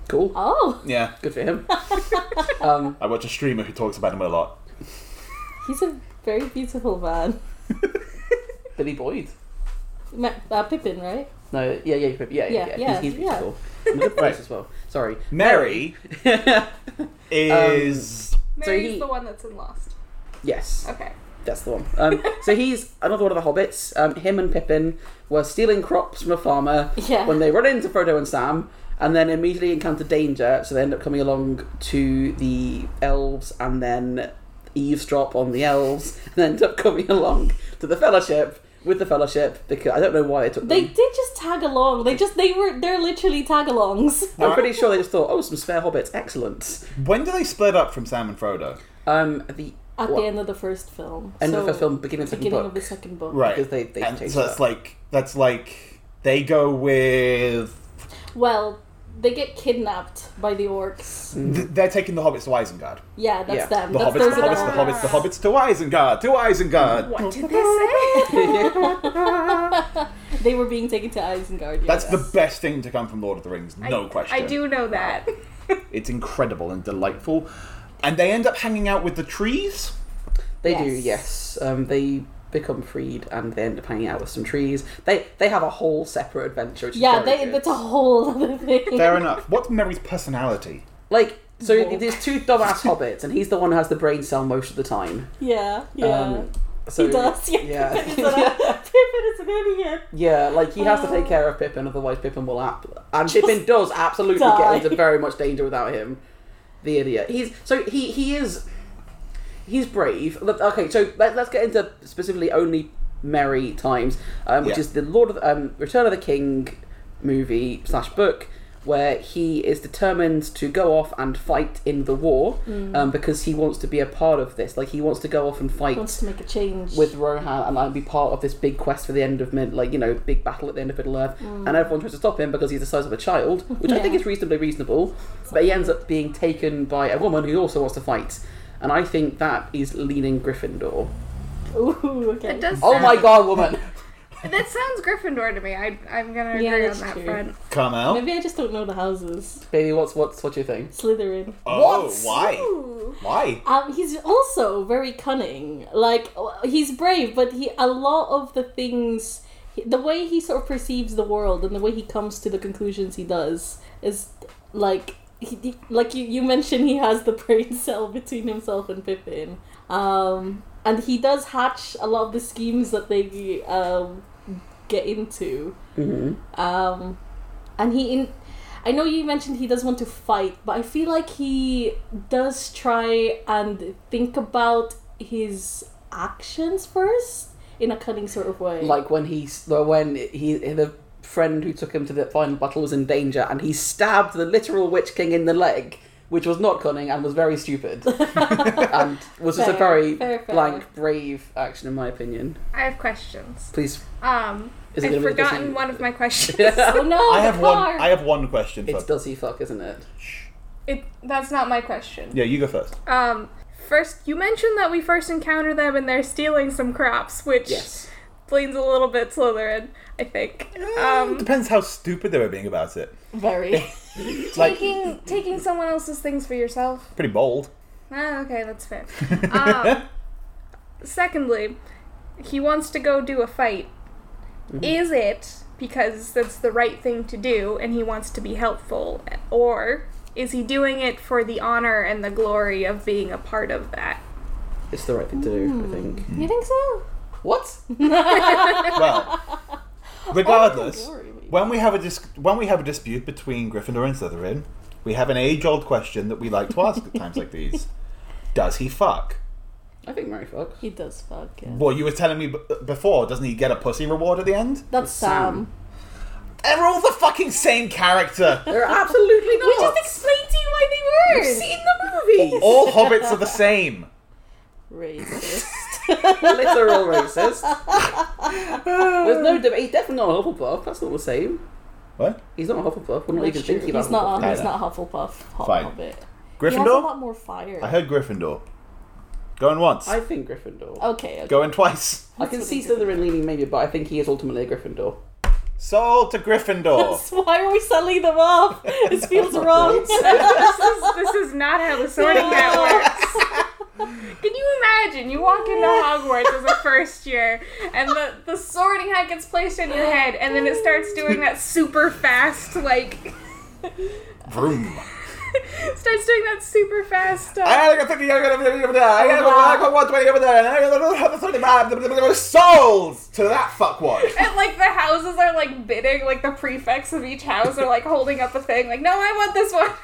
Speaker 3: cool.
Speaker 2: Oh,
Speaker 1: Yeah,
Speaker 3: Good for him. um,
Speaker 1: I watch a streamer who talks about him a lot.
Speaker 2: he's a very beautiful man.
Speaker 3: Billy Boyd.
Speaker 2: Ma- Uh, Pippin, right?
Speaker 3: No, yeah, yeah, Pip- yeah, yeah,
Speaker 2: Yeah,
Speaker 3: yeah.
Speaker 2: yeah,
Speaker 3: he's, he's
Speaker 2: yeah.
Speaker 3: beautiful. And a good voice
Speaker 1: Right.
Speaker 3: as well. Sorry.
Speaker 1: Merry
Speaker 3: Um,
Speaker 1: is
Speaker 4: Mary's
Speaker 3: he-
Speaker 4: the one that's in Lost.
Speaker 3: Yes,
Speaker 4: Okay.
Speaker 3: that's the one. Um, so he's another one of the hobbits. Um, him and Pippin were stealing crops from a farmer
Speaker 2: Yeah.
Speaker 3: when they run into Frodo and Sam, and then immediately encounter danger. So they end up coming along to the elves, and then eavesdrop on the elves, and end up coming along to the Fellowship with the Fellowship because I don't know why they took
Speaker 2: They
Speaker 1: Mm.
Speaker 3: them.
Speaker 2: did just tag along. They just they were they're literally tag alongs.
Speaker 3: I'm pretty sure they just thought, oh, some spare hobbits, excellent.
Speaker 1: when do they split up from Sam and Frodo?
Speaker 3: Um, the
Speaker 2: At
Speaker 3: what-
Speaker 2: the end of the first film.
Speaker 3: End of
Speaker 2: So,
Speaker 3: the first film, beginning of the second
Speaker 2: beginning
Speaker 3: book.
Speaker 2: of the second book.
Speaker 1: Right,
Speaker 3: Because they- they
Speaker 1: And
Speaker 3: changed
Speaker 1: so that's
Speaker 3: that.
Speaker 1: like that's like they go with
Speaker 2: Well, they get kidnapped by the orcs.
Speaker 3: Mm.
Speaker 1: th- they're taking the hobbits to Isengard.
Speaker 2: Yeah, that's
Speaker 3: Yeah.
Speaker 2: them.
Speaker 1: The
Speaker 2: that's
Speaker 1: hobbits, the
Speaker 2: those are
Speaker 1: hobbits, the hobbits, the hobbits to Isengard, to Isengard.
Speaker 4: What did they say?
Speaker 2: They were being taken to Isengard. Yeah.
Speaker 1: That's the best thing to come from Lord of the Rings, no
Speaker 4: I-
Speaker 1: question.
Speaker 4: I do know that.
Speaker 1: It's incredible and delightful. And they end up hanging out with the trees.
Speaker 3: They do,
Speaker 2: Yes.
Speaker 3: yes. Um, they become freed and they end up hanging out with some trees. They they have a whole separate adventure. Which
Speaker 2: yeah,
Speaker 3: is very
Speaker 2: they,
Speaker 3: good.
Speaker 2: that's a whole other thing.
Speaker 1: Fair enough. What's Merry's personality?
Speaker 3: like so.
Speaker 2: Wolf.
Speaker 3: There's two dumbass hobbits, and he's the one who has the brain cell most of the time.
Speaker 2: yeah, yeah.
Speaker 3: Um, so,
Speaker 2: he does. Yeah.
Speaker 3: yeah.
Speaker 2: Pippin is an- Pippin is an idiot.
Speaker 3: Yeah, like he has to
Speaker 2: Oh.
Speaker 3: take care of Pippin, otherwise Pippin will ap- and Pippin does absolutely
Speaker 2: die.
Speaker 3: get into very much danger without him. The idiot. He's so he he is he's brave. Look, Okay, so let, let's get into specifically only merry times, um, which
Speaker 1: Yeah.
Speaker 3: is the Lord of um, Return of the King movie slash book. Where he is determined to go off and fight in the war,
Speaker 2: Mm.
Speaker 3: um, because he wants to be a part of this. Like he wants to go off and fight
Speaker 2: Wants to make a change.
Speaker 3: with Rohan and like be part of this big quest for the end of Mid, like you know, big battle at the end of Middle Earth, and everyone tries to stop him because he's the size of a child, which I think
Speaker 2: Yeah.
Speaker 3: is reasonably reasonable. But he ends up being taken by a woman who also wants to fight, and I think that is leaning Gryffindor.
Speaker 2: Ooh, okay.
Speaker 4: It does.
Speaker 3: Oh
Speaker 4: sound-
Speaker 3: my god, woman!
Speaker 4: That sounds Gryffindor to me. I, I'm gonna
Speaker 2: Yeah,
Speaker 4: agree on
Speaker 2: that's
Speaker 4: that
Speaker 2: true.
Speaker 4: front.
Speaker 1: Come out.
Speaker 2: Maybe I just don't know the houses.
Speaker 3: Baby, what's what's what you think?
Speaker 2: Slytherin.
Speaker 1: Oh,
Speaker 3: What?
Speaker 1: why? Why?
Speaker 2: Um, he's also very cunning. Like he's brave, but he a lot of the things, the way he sort of perceives the world and the way he comes to the conclusions he does is like he, he- like you you mentioned he has the brain cell between himself and Pippin. Um, and he does hatch a lot of the schemes that they um get into.
Speaker 1: Mm-hmm.
Speaker 2: Um, and he in I know you mentioned he does want to fight, but I feel like he does try and think about his actions first in a cunning sort of way.
Speaker 3: Like when he well, when he the friend who took him to the final battle was in danger, and he stabbed the literal Witch King in the leg. Which was not cunning and was very stupid, and was just a
Speaker 2: Fair,
Speaker 3: very
Speaker 2: fair, fair.
Speaker 3: blank, brave action, in my opinion.
Speaker 4: I have questions.
Speaker 3: Please,
Speaker 4: Um,
Speaker 3: Is it gonna
Speaker 4: I've
Speaker 3: be the
Speaker 4: forgotten
Speaker 3: same-
Speaker 4: one of my questions.
Speaker 2: oh no,
Speaker 1: I
Speaker 2: the
Speaker 1: have
Speaker 2: car.
Speaker 1: one. I have one question.
Speaker 3: it's
Speaker 1: for,
Speaker 3: does he fuck, isn't it?
Speaker 4: it, that's not my question.
Speaker 1: yeah, you go first.
Speaker 4: Um, first, you mentioned that we first encounter them and they're stealing some crops, which
Speaker 3: Yes.
Speaker 4: leans a little bit Slytherin, I think. Um,
Speaker 1: Depends how stupid they were being about it.
Speaker 2: very.
Speaker 1: Like
Speaker 4: taking taking someone else's things for yourself.
Speaker 1: pretty bold.
Speaker 4: Ah, okay, that's fair. Um, secondly, he wants to go do a fight. Is it because that's the right thing to do and he wants to be helpful? Or is he doing it for the honor and the glory of being a part of that?
Speaker 3: It's the right thing to do, I think.
Speaker 2: Hmm. You think so?
Speaker 3: What?
Speaker 1: well, regardless,
Speaker 2: Oh, glory.
Speaker 1: when we have a dis- when we have a dispute between Gryffindor and Slytherin, we have an age-old question that we like to ask at times like these: Does he fuck?
Speaker 3: I think Mary Fox.
Speaker 2: He does fuck, yeah.
Speaker 1: Well, you were telling me b- before, doesn't he get a pussy reward at the end?
Speaker 2: That's Sam.
Speaker 3: Sam.
Speaker 1: They're all the fucking same character.
Speaker 3: They're absolutely not.
Speaker 2: We just explained to you why they were!
Speaker 3: You've seen the movies.
Speaker 1: All hobbits are the same.
Speaker 2: Racist.
Speaker 3: Literal racist. There's no debate. He's definitely not a Hufflepuff. That's not the same.
Speaker 1: What?
Speaker 3: He's not a Hufflepuff. We're not even
Speaker 2: That's true.
Speaker 3: thinking about
Speaker 2: He's not,
Speaker 1: Hufflepuff.
Speaker 2: he's not Hufflepuff. Hot
Speaker 1: Fine.
Speaker 2: Hobbit. He has a
Speaker 1: Gryffindor?
Speaker 2: lot more fire.
Speaker 1: I heard Gryffindor. Going once.
Speaker 3: Hufflepuff. I think Gryffindor.
Speaker 2: okay, okay.
Speaker 1: Going twice.
Speaker 3: I can see Slytherin leaning maybe, but I think he is ultimately a Gryffindor.
Speaker 1: Sold to Gryffindor.
Speaker 2: So why are we selling them off? This feels wrong.
Speaker 4: this, is, this is not how the sorting hat works. Can you imagine? You walk into Hogwarts as a first year, and the, the sorting hat gets placed on your head, and then it starts doing that super fast, like,
Speaker 1: Vroom.
Speaker 4: starts doing that super fast stuff.
Speaker 1: I gotta go 50 I gotta go 50 over there. I gotta go I gotta go 120 over there. And I gotta go 135. Sold to that fuckwad.
Speaker 4: and like the houses are like bidding, like the prefects of each house are like holding up a thing, like, no, I want this one.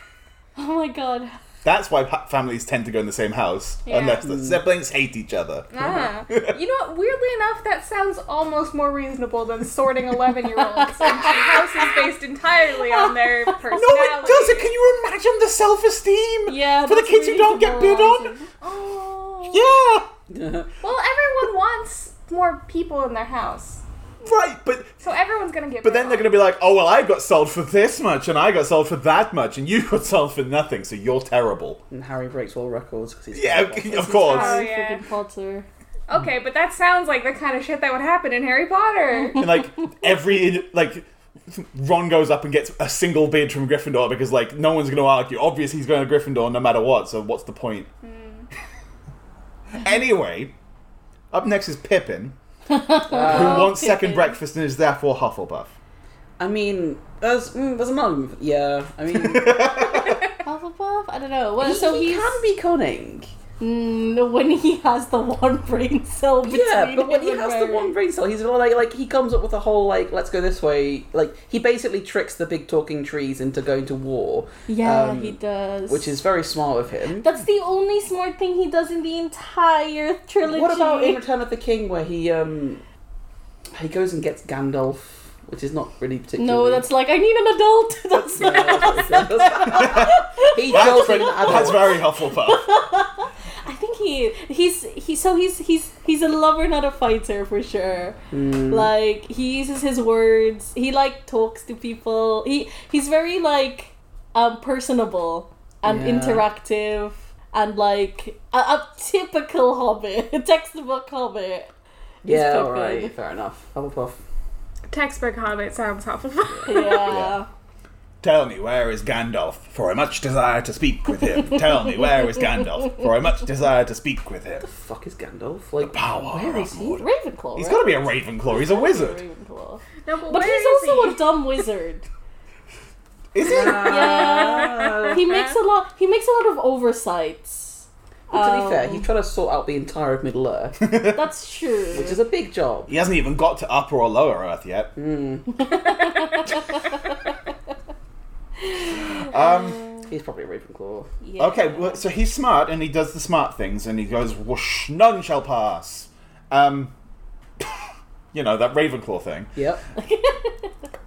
Speaker 2: Oh my god.
Speaker 1: That's why pa- families tend to go in the same house.
Speaker 4: Yeah.
Speaker 1: Unless the siblings hate each other.
Speaker 4: Ah. You know what? Weirdly enough, that sounds almost more reasonable than sorting 11 year olds. Like, the house is based entirely on their personality.
Speaker 1: No, it doesn't. Can you imagine the self esteem?
Speaker 2: Yeah.
Speaker 1: For the
Speaker 2: that's
Speaker 1: kids who don't get bid on?
Speaker 2: demoralizing.
Speaker 4: Oh.
Speaker 1: Yeah.
Speaker 4: Well, everyone wants more people in their house.
Speaker 1: Right, but
Speaker 4: So everyone's gonna get
Speaker 1: But then they're going to be like, oh, well, I got sold for this much, and I got sold for that much, and you got sold for nothing, so you're terrible.
Speaker 3: And Harry breaks all records because he's
Speaker 1: Yeah, of course.
Speaker 4: Oh,
Speaker 2: Oh,
Speaker 4: yeah.
Speaker 2: Freaking Potter.
Speaker 4: Okay, but that sounds like the kind of shit that would happen in Harry Potter.
Speaker 1: And, like, every, like, Ron goes up and gets a single bid from Gryffindor because, like, no one's going to argue. Obviously, he's going to Gryffindor no matter what, so what's the point? anyway, up next is Pippin, who wants second
Speaker 2: Pippin.
Speaker 1: breakfast and is therefore Hufflepuff.
Speaker 3: I mean, there's mm, there's a mum. Yeah, I mean,
Speaker 2: Hufflepuff? I don't know. Well,
Speaker 3: he,
Speaker 2: so
Speaker 3: he
Speaker 2: he's.
Speaker 3: can be cunning.
Speaker 2: Mm, when he has the one brain cell between
Speaker 3: Yeah, but when he
Speaker 2: him and
Speaker 3: has the
Speaker 2: Mary.
Speaker 3: one brain cell, he's a lot like like he comes up with a whole like let's go this way. Like he basically tricks the big talking trees into going to war,
Speaker 2: Yeah,
Speaker 3: um,
Speaker 2: he does.
Speaker 3: which is very smart of him.
Speaker 2: That's the only smart thing he does in the entire trilogy.
Speaker 3: What about in Return of the King where he um he goes and gets Gandalf, which is not really particularly.
Speaker 2: No, that's like I need an adult. That's
Speaker 3: No, that's- that's- he
Speaker 1: That's,
Speaker 3: tells
Speaker 1: pretty-
Speaker 3: an
Speaker 1: that's
Speaker 3: adult.
Speaker 1: very Hufflepuff.
Speaker 2: I think he he's he so he's he's he's a lover, not a fighter for sure.
Speaker 1: Hmm.
Speaker 2: Like he uses his words. He like talks to people. He he's very like um personable and
Speaker 3: Yeah.
Speaker 2: interactive and like a, a typical hobbit, a textbook hobbit.
Speaker 3: Yeah,
Speaker 2: Pippin.
Speaker 3: all right, fair enough. Oh, Hufflepuff.
Speaker 4: Textbook Hobbit sounds Hufflepuff.
Speaker 2: Yeah.
Speaker 1: Tell me where is Gandalf, for I much desire to speak with him. Tell me where is Gandalf, for I much desire to speak with him.
Speaker 3: Fuck is Gandalf like
Speaker 1: Power.
Speaker 3: Where is he?
Speaker 1: Armor.
Speaker 2: Ravenclaw.
Speaker 1: He's
Speaker 2: right?
Speaker 1: got to be a Ravenclaw. He's a wizard.
Speaker 2: Ravenclaw.
Speaker 4: No,
Speaker 2: But
Speaker 4: but, where
Speaker 2: he's
Speaker 4: is
Speaker 2: also
Speaker 4: he?
Speaker 2: a dumb wizard.
Speaker 1: Is he?
Speaker 2: yeah,
Speaker 3: Oh,
Speaker 2: he makes a lot. He makes a lot of oversights.
Speaker 3: To be fair,
Speaker 2: Um,
Speaker 3: he's trying to sort out the entire of Middle Earth,
Speaker 2: that's true.
Speaker 3: which is a big job.
Speaker 1: He hasn't even got to Upper or Lower Earth yet.
Speaker 3: Hmm.
Speaker 1: um,
Speaker 3: He's probably a Ravenclaw.
Speaker 2: Yeah.
Speaker 1: okay, well, so he's smart and he does the smart things and he goes, whoosh, none shall pass. Um, you know, that Ravenclaw thing.
Speaker 3: Yep.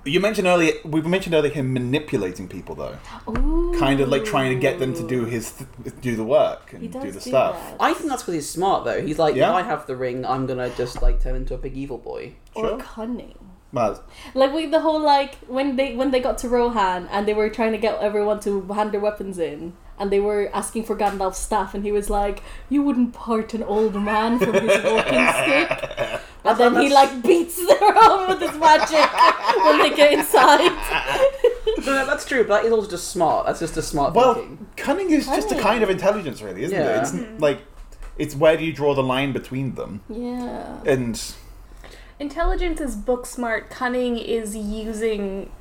Speaker 1: You mentioned earlier, we mentioned earlier him manipulating people though.
Speaker 2: Ooh.
Speaker 1: Kind of like trying to get them to do his, th- do the work and
Speaker 2: He does
Speaker 1: do the stuff.
Speaker 2: that.
Speaker 3: I think that's because he's smart though. He's like,
Speaker 1: Yeah.
Speaker 3: if I have the ring, I'm gonna just like turn into a big evil boy.
Speaker 2: Or
Speaker 1: Sure.
Speaker 2: cunning.
Speaker 1: Well,
Speaker 2: Like with the whole like when they when they got to Rohan and they were trying to get everyone to hand their weapons in and they were asking for Gandalf's staff and he was like, "You wouldn't part an old man from his walking stick." And then he like beats their arm with his magic when they get inside.
Speaker 3: No, no, that's true. But that is also just smart. That's just a smart
Speaker 1: Well,
Speaker 3: thinking.
Speaker 1: cunning is just a
Speaker 2: Cunning.
Speaker 1: kind of intelligence, really, isn't
Speaker 3: Yeah.
Speaker 1: it? It's n- like it's where do you draw the line between them,
Speaker 2: yeah.
Speaker 1: and
Speaker 4: Intelligence is book smart. Cunning is using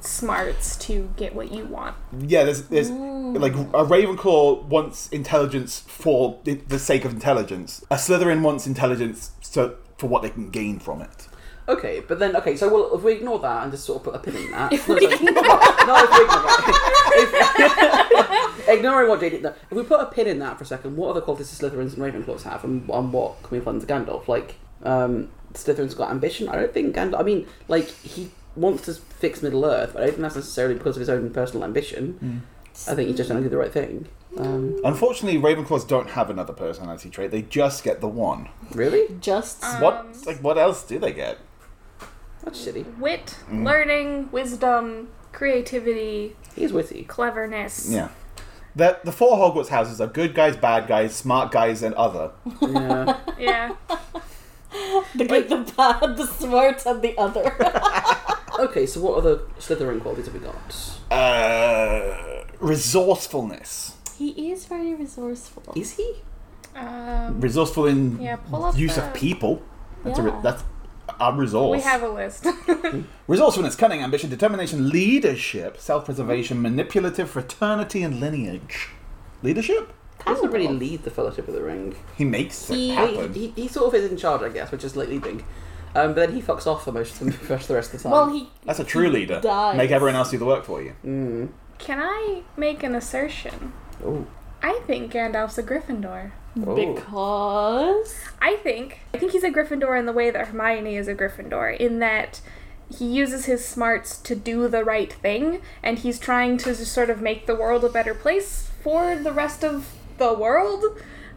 Speaker 4: smarts to get what you want.
Speaker 1: Yeah, there's, there's like a Ravenclaw wants intelligence for the- the sake of intelligence. A Slytherin wants intelligence so for what they can gain from it.
Speaker 3: Okay, but then okay, so well, if we ignore that and just sort of put a pin in that, no, it's like- no, if we ignore that, if, ignoring what JD, no, if we put a pin in that for a second, what other qualities do Slytherins and Ravenclaws have, and on what can we apply them to Gandalf? Like, um, Slytherin's got ambition. I don't think Gandalf. I mean, like he wants to fix Middle Earth, but I don't think that's necessarily because of his own personal ambition. I think he's just trying to do the right thing. Um,
Speaker 1: Unfortunately, Ravenclaws don't have another personality trait. They just get the one.
Speaker 3: really?
Speaker 2: Just
Speaker 1: Uh,
Speaker 4: Um,
Speaker 1: What like what else do they get?
Speaker 3: That's shitty.
Speaker 4: Wit, learning, wisdom, creativity,
Speaker 3: He's witty.
Speaker 4: cleverness.
Speaker 1: Yeah. The, the four Hogwarts houses are good guys, bad guys, smart guys, and other.
Speaker 3: Yeah.
Speaker 4: Yeah.
Speaker 2: the good, the bad, the smart, and the other.
Speaker 3: okay, so what other Slytherin qualities have we got?
Speaker 1: Uh, resourcefulness.
Speaker 2: he is very resourceful.
Speaker 3: Is he?
Speaker 4: Um,
Speaker 1: Resourceful in
Speaker 4: Yeah, pull up
Speaker 1: use
Speaker 4: the-
Speaker 1: of people. That's a
Speaker 2: Yeah.
Speaker 1: re- that's a resource.
Speaker 4: we have a list.
Speaker 1: Resourcefulness, cunning, ambition, determination, leadership, self-preservation, manipulative, fraternity, and lineage. Leadership?
Speaker 3: He doesn't really lead the Fellowship of the Ring.
Speaker 1: He makes it
Speaker 2: He-
Speaker 1: happen.
Speaker 3: He, he sort of is in charge, I guess, which is like leading. Um, but then he fucks off for most of the, most of the rest of the time.
Speaker 2: Well, he
Speaker 1: That's a true leader.
Speaker 2: dies.
Speaker 1: Make everyone else do the work for you.
Speaker 3: Hmm.
Speaker 4: Can I make an assertion?
Speaker 3: oh,
Speaker 4: I think Gandalf's a Gryffindor.
Speaker 3: oh.
Speaker 2: because
Speaker 4: I think I think he's a Gryffindor in the way that Hermione is a Gryffindor in that he uses his smarts to do the right thing and he's trying to just sort of make the world a better place for the rest of the world.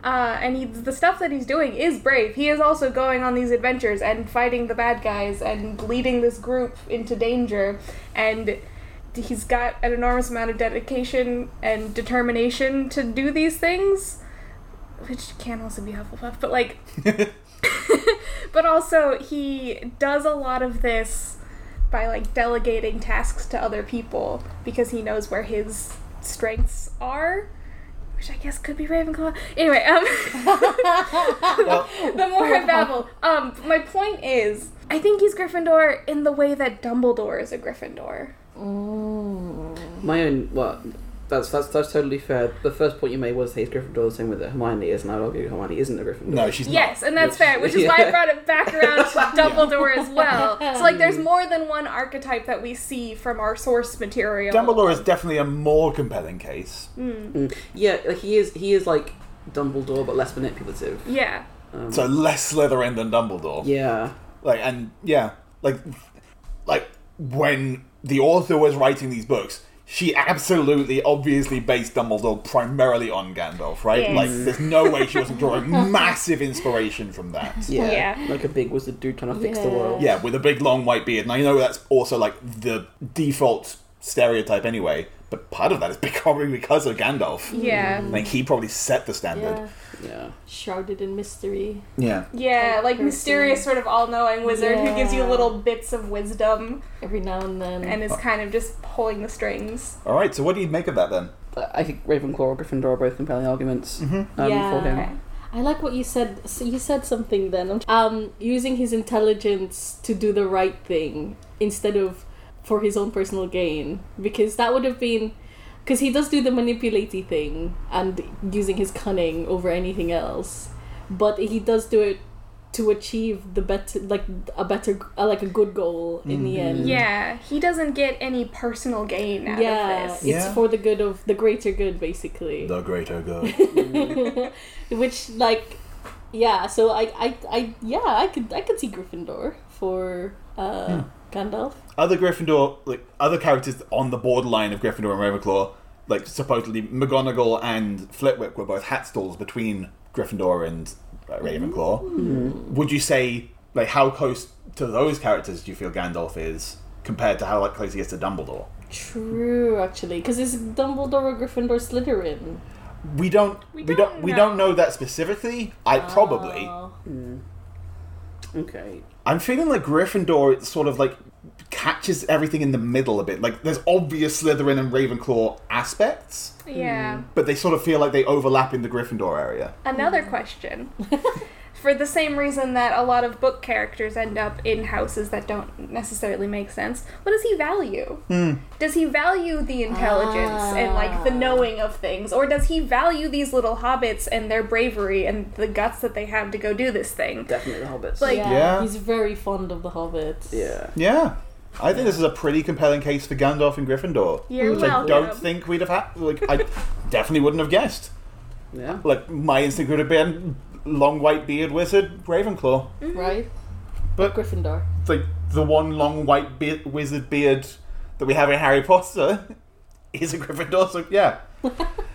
Speaker 4: Uh, and he, the stuff that he's doing is brave. He is also going on these adventures and fighting the bad guys and leading this group into danger. And he's got an enormous amount of dedication and determination to do these things, which can also be Hufflepuff. But like, but also he does a lot of this by like delegating tasks to other people because he knows where his strengths are which i guess could be ravenclaw anyway um the more i babble um my point is i think he's gryffindor in the way that dumbledore is a gryffindor
Speaker 3: My own. Well, that's, that's that's totally fair. The first point you made was he's Gryffindor, the same way that Hermione is, and I'd argue Hermione isn't a Gryffindor.
Speaker 1: No, she's
Speaker 4: yes and that's fair which is why i brought it back around to dumbledore as well so like
Speaker 2: Mm.
Speaker 4: there's more than one archetype that we see from our source material
Speaker 1: not. Dumbledore is definitely a more compelling case.
Speaker 3: Yeah, like, he is. He is like Dumbledore, but less manipulative.
Speaker 4: yeah
Speaker 1: So less Slytherin than Dumbledore.
Speaker 3: Yeah.
Speaker 1: Like and yeah, like like when the author was writing these books, she absolutely obviously based Dumbledore primarily on Gandalf, right?
Speaker 4: Yes.
Speaker 1: Like there's no way she wasn't drawing massive inspiration from that.
Speaker 3: Yeah.
Speaker 4: Yeah.
Speaker 3: Like a big wizard dude trying to fix the
Speaker 2: Yeah.
Speaker 3: world.
Speaker 1: Yeah, with a big long white beard. And I know that's also like the default stereotype anyway, but part of that is probably because of Gandalf.
Speaker 2: Mm.
Speaker 4: yeah
Speaker 1: Like he probably set the
Speaker 2: yeah,
Speaker 1: standard.
Speaker 3: Yeah.
Speaker 2: shrouded in mystery.
Speaker 1: Yeah.
Speaker 4: Yeah,
Speaker 2: Type
Speaker 4: like
Speaker 2: person.
Speaker 4: mysterious, sort of all-knowing wizard who gives you
Speaker 2: Yeah. Mm.
Speaker 4: little bits of wisdom
Speaker 2: Every now and then,
Speaker 4: and
Speaker 1: Uh.
Speaker 4: is kind of just pulling the strings.
Speaker 1: All right, so what do you make of that then?
Speaker 3: But I think Ravenclaw or Gryffindor are both compelling arguments
Speaker 1: Mm-hmm.
Speaker 3: um,
Speaker 2: Yeah.
Speaker 3: for him.
Speaker 4: Okay.
Speaker 2: I like what you said. So you said something then. Um, using his intelligence to do the right thing instead of for his own personal gain, because that would have been, because he does do the manipulating thing and using his cunning over anything else, but he does do it to achieve the better, like a better, uh, like a good goal in the end.
Speaker 4: Yeah, he doesn't get any personal gain out
Speaker 2: Yeah,
Speaker 4: of
Speaker 2: it's
Speaker 4: this.
Speaker 1: Yeah.
Speaker 2: for the good of the greater good, basically.
Speaker 1: The greater good.
Speaker 2: Which like yeah, so I I, I yeah, I could I could see Gryffindor for uh
Speaker 1: Hmm.
Speaker 2: Gandalf.
Speaker 1: other Gryffindor, like other characters on the borderline of Gryffindor and Ravenclaw, like supposedly McGonagall and Flitwick were both hat stalls between Gryffindor and uh, Ravenclaw.
Speaker 3: Hmm.
Speaker 1: Would you say like how close to those characters do you feel Gandalf is compared to how like close he is to Dumbledore?
Speaker 2: True actually, cuz it's Dumbledore or Gryffindor Slytherin.
Speaker 1: We don't we,
Speaker 4: We
Speaker 1: don't,
Speaker 4: don't
Speaker 1: we
Speaker 4: know.
Speaker 1: don't know Ah. that specifically. I probably
Speaker 2: Oh.
Speaker 3: Okay.
Speaker 1: I'm feeling like Gryffindor it's sort of like catches everything in the middle a bit. Like there's obvious Slytherin and Ravenclaw aspects.
Speaker 4: Yeah. Mm.
Speaker 1: but they sort of feel like they overlap in the Gryffindor area.
Speaker 4: Another question. for the same reason that a lot of book characters end up in houses that don't necessarily make sense. What does he value? Does he value the intelligence and like the knowing of things, or does he value these little hobbits and their bravery and the guts that they have to go do this thing?
Speaker 3: Definitely the hobbits.
Speaker 4: Like-
Speaker 2: yeah,
Speaker 1: Yeah.
Speaker 2: he's very fond of the hobbits.
Speaker 3: yeah.
Speaker 1: Yeah. I think this is a pretty compelling case for Gandalf and Gryffindor,
Speaker 4: You're
Speaker 1: which I
Speaker 4: welcome.
Speaker 1: don't think we'd have had. Like, I definitely wouldn't have guessed.
Speaker 3: Yeah.
Speaker 1: Like, my instinct would have been long white beard wizard, Ravenclaw.
Speaker 2: right.
Speaker 1: Mm-hmm. But-
Speaker 2: Gryffindor.
Speaker 1: Like the one long white be- wizard beard that we have in Harry Potter is a Gryffindor. So yeah.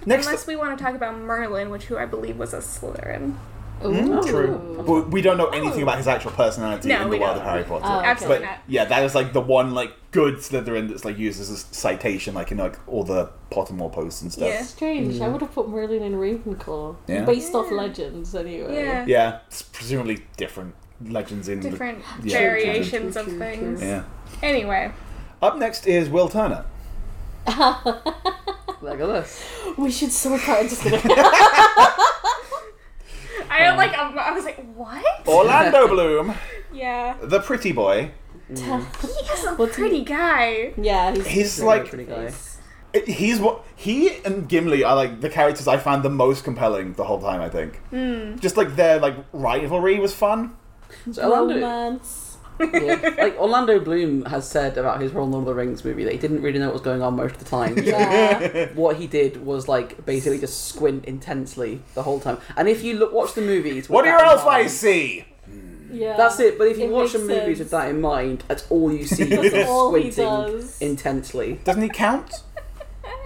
Speaker 1: Next,
Speaker 4: Unless we want to talk about Merlin, which who I believe was a Slytherin.
Speaker 2: Ooh.
Speaker 1: Hmm? true, but we don't know anything about his actual personality
Speaker 4: Oh. No,
Speaker 1: in the
Speaker 4: we
Speaker 1: world
Speaker 4: don't.
Speaker 1: of Harry Potter.
Speaker 2: Oh, okay.
Speaker 1: But
Speaker 4: Absolutely not.
Speaker 1: yeah, that is like the one like good Slytherin that's like used as a citation, like in like all the Pottermore posts and stuff.
Speaker 4: Yeah.
Speaker 2: Strange. I would have put Merlin in Ravenclaw,
Speaker 1: Hmm. Yeah.
Speaker 2: based off legends anyway.
Speaker 4: Yeah.
Speaker 1: Yeah, it's presumably different legends in
Speaker 4: Different
Speaker 1: The, yeah.
Speaker 4: variations of
Speaker 3: True, true, true.
Speaker 4: things.
Speaker 1: Yeah.
Speaker 4: Anyway,
Speaker 1: Up next is Will Turner.
Speaker 3: Legolas.
Speaker 2: We should sort out. I'm just gonna.
Speaker 4: I like um, I was like, what?
Speaker 1: Orlando Bloom,
Speaker 4: Yeah,
Speaker 1: the pretty boy.
Speaker 4: he is a
Speaker 2: What's he-
Speaker 4: pretty guy.
Speaker 2: yeah, he's
Speaker 1: He's like eh,
Speaker 3: pretty guy.
Speaker 1: he's what he and Gimli are like the characters I found the most compelling the whole time. I think
Speaker 4: Hmm.
Speaker 1: just like their like rivalry was fun.
Speaker 3: So Orlando,
Speaker 2: romance.
Speaker 3: yeah, like Orlando Bloom has said about his role in Lord of the Rings movie that he didn't really know what was going on most of the time. So
Speaker 2: Yeah.
Speaker 3: what he did was like basically just squint intensely the whole time. And if you look watch the movies, with
Speaker 1: What do
Speaker 3: that
Speaker 1: your
Speaker 3: in
Speaker 1: elf
Speaker 3: mind-
Speaker 1: eyes see?
Speaker 2: yeah.
Speaker 3: That's it. But if you
Speaker 2: It
Speaker 3: watch the
Speaker 2: makes
Speaker 3: movies
Speaker 2: sense.
Speaker 3: with that in mind, that's all you see.
Speaker 2: That's
Speaker 3: is him
Speaker 2: all he
Speaker 3: squinting
Speaker 2: does.
Speaker 3: intensely.
Speaker 1: Doesn't he count?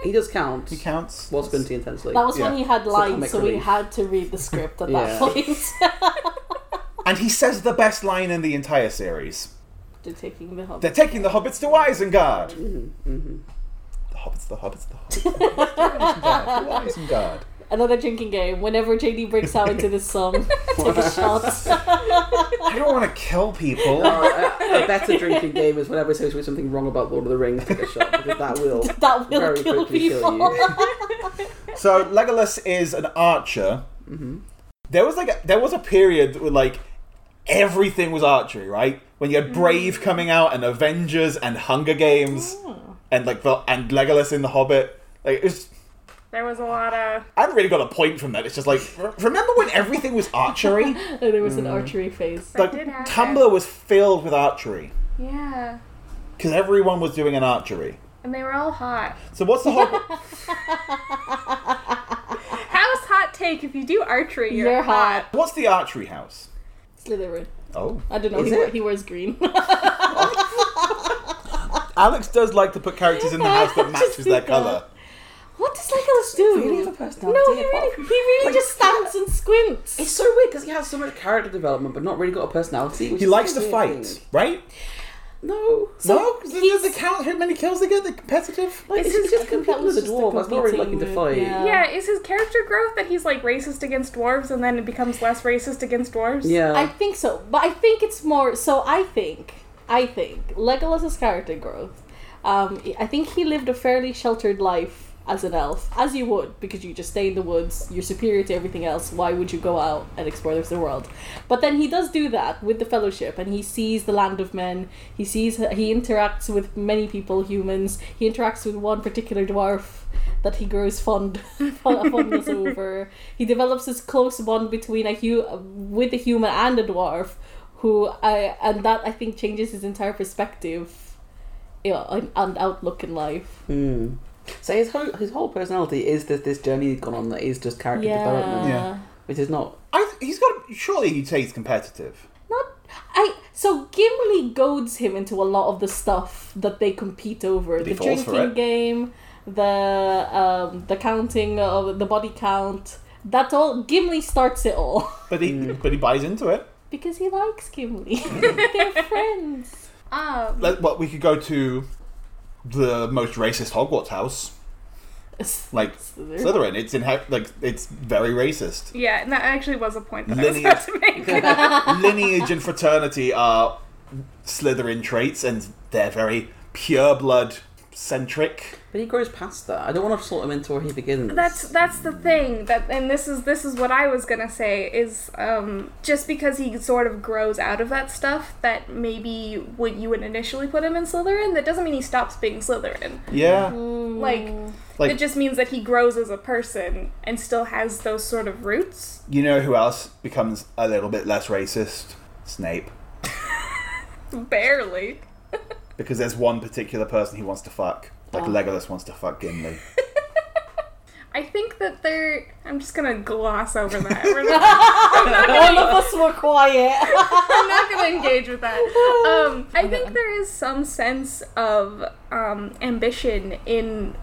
Speaker 3: He does count.
Speaker 1: He counts.
Speaker 3: Was squinting intensely.
Speaker 2: That was
Speaker 1: Yeah.
Speaker 2: when he had lines,
Speaker 3: comic
Speaker 2: so we
Speaker 3: relief.
Speaker 2: had to read the script at that
Speaker 3: Yeah.
Speaker 2: point.
Speaker 1: And he says the best line in the entire series.
Speaker 2: They're taking the hobbit.
Speaker 1: They're taking the hobbits to Isengard.
Speaker 4: Mm-hmm,
Speaker 1: The hobbits, the hobbits, the hobbits. the hobbits to Isengard, to Isengard.
Speaker 2: Another drinking game. Whenever JD breaks out into this song, take a shot.
Speaker 1: I don't want to kill people.
Speaker 3: Uh, a, a better drinking game is whenever it's with something wrong about Lord of the Rings, take a shot because that will
Speaker 2: That will
Speaker 3: very
Speaker 2: kill
Speaker 3: quickly
Speaker 2: people.
Speaker 3: kill you.
Speaker 1: So Legolas is an archer.
Speaker 4: Mm-hmm.
Speaker 1: There was like a, there was a period where like everything was archery, right? When
Speaker 4: Mm-hmm.
Speaker 1: you had Brave coming out and Avengers and Hunger Games
Speaker 4: Oh.
Speaker 1: and like the and Legolas in the Hobbit. Like it was,
Speaker 4: There was a lot of
Speaker 1: I haven't really got a point from that. It's just like re- remember when everything was archery?
Speaker 2: And there was
Speaker 3: Mm.
Speaker 2: an archery phase.
Speaker 4: That
Speaker 1: like
Speaker 4: did happen.
Speaker 1: Tumblr was filled with archery
Speaker 4: yeah,
Speaker 1: because everyone was doing an archery.
Speaker 4: and they were all hot.
Speaker 1: So what's the whole?
Speaker 4: House hot take: If you do archery, you're,
Speaker 2: You're hot.
Speaker 4: hot.
Speaker 1: what's the archery house?
Speaker 2: Slytherin.
Speaker 1: Oh,
Speaker 2: I don't know.
Speaker 3: Is
Speaker 2: He, wear-
Speaker 3: it?
Speaker 2: he wears green.
Speaker 1: Alex does like to put characters in the house that
Speaker 2: Just
Speaker 1: matches their
Speaker 2: did that.
Speaker 1: color.
Speaker 2: what does Legolas do?
Speaker 3: really have a personality
Speaker 2: No, he
Speaker 3: apart
Speaker 2: really,
Speaker 3: from-
Speaker 2: he really
Speaker 3: Like-
Speaker 2: just stands and squints.
Speaker 3: It's so weird because he has so much character development, but not really got a personality. which
Speaker 1: He
Speaker 3: is
Speaker 1: likes to
Speaker 3: so
Speaker 1: fight,
Speaker 3: weird.
Speaker 1: right?
Speaker 3: No,
Speaker 1: no, does does it count how many kills they get? The competitive.
Speaker 3: like,
Speaker 2: It's
Speaker 3: it's,
Speaker 2: just-
Speaker 3: just
Speaker 2: I think that
Speaker 3: competing
Speaker 2: was
Speaker 3: with a
Speaker 2: just the
Speaker 3: dwarf. That's not really
Speaker 2: competing
Speaker 3: looking to
Speaker 2: with-
Speaker 3: fight.
Speaker 2: yeah.
Speaker 4: Yeah, is his character growth that he's like racist against dwarves and then it becomes less racist against dwarves?
Speaker 3: Yeah.
Speaker 2: I think so, but I think it's more. So I think, I think Legolas's character growth. Um, I think he lived a fairly sheltered life as an elf, as you would, because you just stay in the woods. You're superior to everything else. Why would you go out and explore the rest of the world? But then he does do that with the Fellowship, and he sees the land of men. He sees he interacts with many people, humans. He interacts with one particular dwarf that he grows fond fond- fondness over. He develops this close bond between a hu- with a human and a dwarf, who I and that I think changes his entire perspective, you know, and, and outlook in life.
Speaker 3: Hmm. So his whole his whole personality is this this journey he's gone on that is just character
Speaker 2: Yeah.
Speaker 3: development, which is not.
Speaker 1: I, th- he's got. Surely he'd say he's competitive.
Speaker 2: Not I so Gimli goads him into a lot of the stuff that they compete over.
Speaker 1: he
Speaker 2: The
Speaker 1: falls for
Speaker 2: drinking
Speaker 1: it.
Speaker 2: game, the um the counting of the body count. That's all Gimli starts it all.
Speaker 1: But he, but he buys into it.
Speaker 2: Because he likes Gimli. They're friends.
Speaker 4: Um,
Speaker 1: Let, well, we could go to the most racist Hogwarts house, like Slytherin. It's in like it's very racist.
Speaker 4: yeah, and that actually was a point that I
Speaker 1: Lineage.
Speaker 4: was about to make.
Speaker 1: Lineage and fraternity are Slytherin traits, and they're very pure blood centric.
Speaker 3: But he grows past that. I don't want to sort him into where he begins.
Speaker 4: That's that's the thing that, and this is this is what I was gonna say is um, just because he sort of grows out of that stuff that maybe when you would initially put him in Slytherin, that doesn't mean he stops being Slytherin.
Speaker 1: Yeah,
Speaker 4: Like,
Speaker 1: Like-
Speaker 4: it just means that he grows as a person and still has those sort of roots.
Speaker 1: you know who else becomes a little bit less racist? Snape,
Speaker 4: Barely.
Speaker 1: because there's one particular person he wants to fuck. Like
Speaker 2: Oh.
Speaker 1: Legolas wants to fuck Gimli.
Speaker 4: I think that they're. I'm just gonna gloss over that. We're not,
Speaker 2: All of us were quiet.
Speaker 4: I'm not gonna engage with that. Um, I think there is some sense of um, ambition in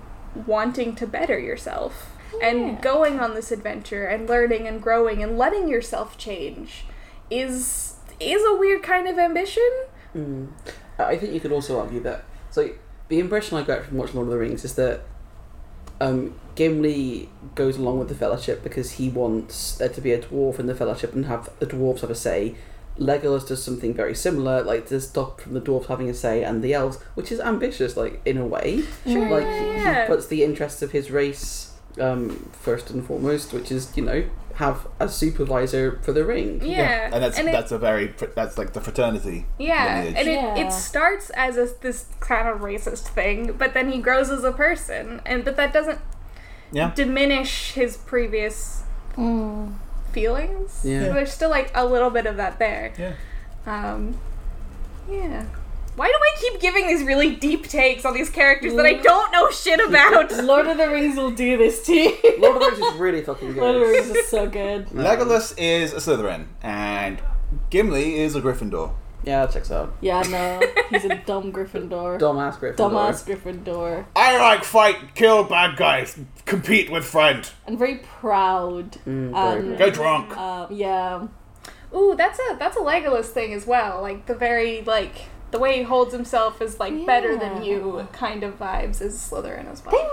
Speaker 4: wanting to better yourself and going on this adventure and learning and growing and letting yourself change is is a weird kind of ambition.
Speaker 3: Hmm. I think you could also argue that. So the impression I got from watching Lord of the Rings is that um, Gimli goes along with the Fellowship because he wants there to be a dwarf in the Fellowship and have the dwarves have a say. Legolas does something very similar, like to stop from the dwarves having a say and the elves, which is ambitious, like in a way.
Speaker 4: Sure,
Speaker 3: like he-
Speaker 4: yeah, yeah.
Speaker 3: he puts the interests of his race um, first and foremost, which is you know have a supervisor for the ring.
Speaker 4: Yeah,
Speaker 1: and that's
Speaker 4: it-
Speaker 1: that's a very fr- that's like the fraternity.
Speaker 4: Yeah,
Speaker 1: lineage.
Speaker 4: and it,
Speaker 2: Yeah.
Speaker 4: it starts as a, this kind of racist thing, but then he grows as a person, and but that doesn't
Speaker 1: Yeah.
Speaker 4: diminish his previous feelings.
Speaker 3: Yeah.
Speaker 4: There's still like a little bit of that there.
Speaker 1: yeah.
Speaker 4: Um, yeah. Why do I keep giving these really deep takes on these characters that I don't know shit about?
Speaker 2: Lord of the Rings will do this to you.
Speaker 3: Lord of the Rings is really fucking good.
Speaker 2: Lord
Speaker 3: Um,
Speaker 2: of the Rings is so good.
Speaker 1: Legolas is a Slytherin, and Gimli is a Gryffindor.
Speaker 3: Yeah, that checks out.
Speaker 2: Yeah, no, he's a dumb Gryffindor.
Speaker 3: Dumbass Gryffindor.
Speaker 2: Dumbass Gryffindor.
Speaker 1: I like fight, kill bad guys, compete with friend,
Speaker 2: And very proud.
Speaker 3: very
Speaker 2: and,
Speaker 1: go drunk.
Speaker 4: Uh,
Speaker 2: um, yeah.
Speaker 4: Ooh, that's a that's a Legolas thing as well. Like the very like the way he holds himself is like better
Speaker 2: Yeah.
Speaker 4: than you kind of vibes is Slytherin as well.
Speaker 2: They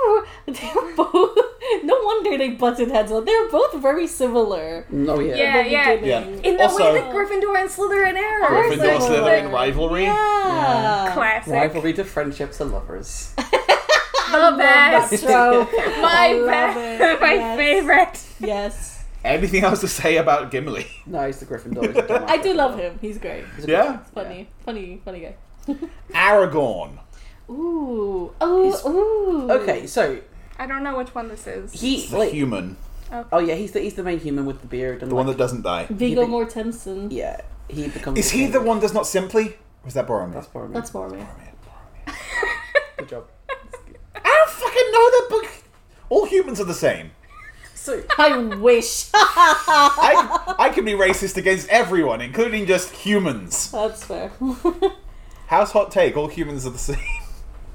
Speaker 2: were, they were both. No wonder they butted heads on. They're both very similar.
Speaker 3: Oh yeah.
Speaker 4: Yeah.
Speaker 2: at the beginning.
Speaker 4: In the
Speaker 1: Also-
Speaker 4: way that Gryffindor and Slytherin are.
Speaker 1: Gryffindor
Speaker 4: It's like-
Speaker 1: Slytherin rivalry.
Speaker 2: Yeah.
Speaker 4: Classic.
Speaker 3: Rivalry to friendship to lovers.
Speaker 4: The best.
Speaker 2: So,
Speaker 4: My
Speaker 2: love
Speaker 4: best.
Speaker 2: it.
Speaker 4: My
Speaker 2: Yes.
Speaker 4: favorite.
Speaker 2: yes.
Speaker 1: Anything else to say about Gimli?
Speaker 3: no, he's the Gryffindor. He's a dumbass
Speaker 2: I do
Speaker 3: Gryffindor.
Speaker 2: love him. He's great.
Speaker 3: He's a
Speaker 1: Yeah.
Speaker 2: Funny. Funny, funny guy.
Speaker 1: Aragorn.
Speaker 2: Ooh. Oh,
Speaker 3: He's-
Speaker 2: ooh.
Speaker 3: Gryffindor. Okay, so
Speaker 4: I don't know which one this is.
Speaker 3: he
Speaker 1: The
Speaker 3: like
Speaker 1: human.
Speaker 3: oh yeah, he's the he's the main human with the beard and
Speaker 1: The one
Speaker 3: like,
Speaker 1: that doesn't die.
Speaker 2: Viggo
Speaker 3: He be-
Speaker 2: Mortensen.
Speaker 3: yeah he becomes.
Speaker 1: Is he the one that's not simply? Or is that Boromir?
Speaker 3: That's Boromir.
Speaker 2: That's Boromir.
Speaker 3: good job.
Speaker 1: I don't fucking know that book. All humans are the same.
Speaker 3: So
Speaker 2: I wish.
Speaker 1: I, I can be racist against everyone, including just humans.
Speaker 2: That's fair.
Speaker 1: House hot take: all humans are the same.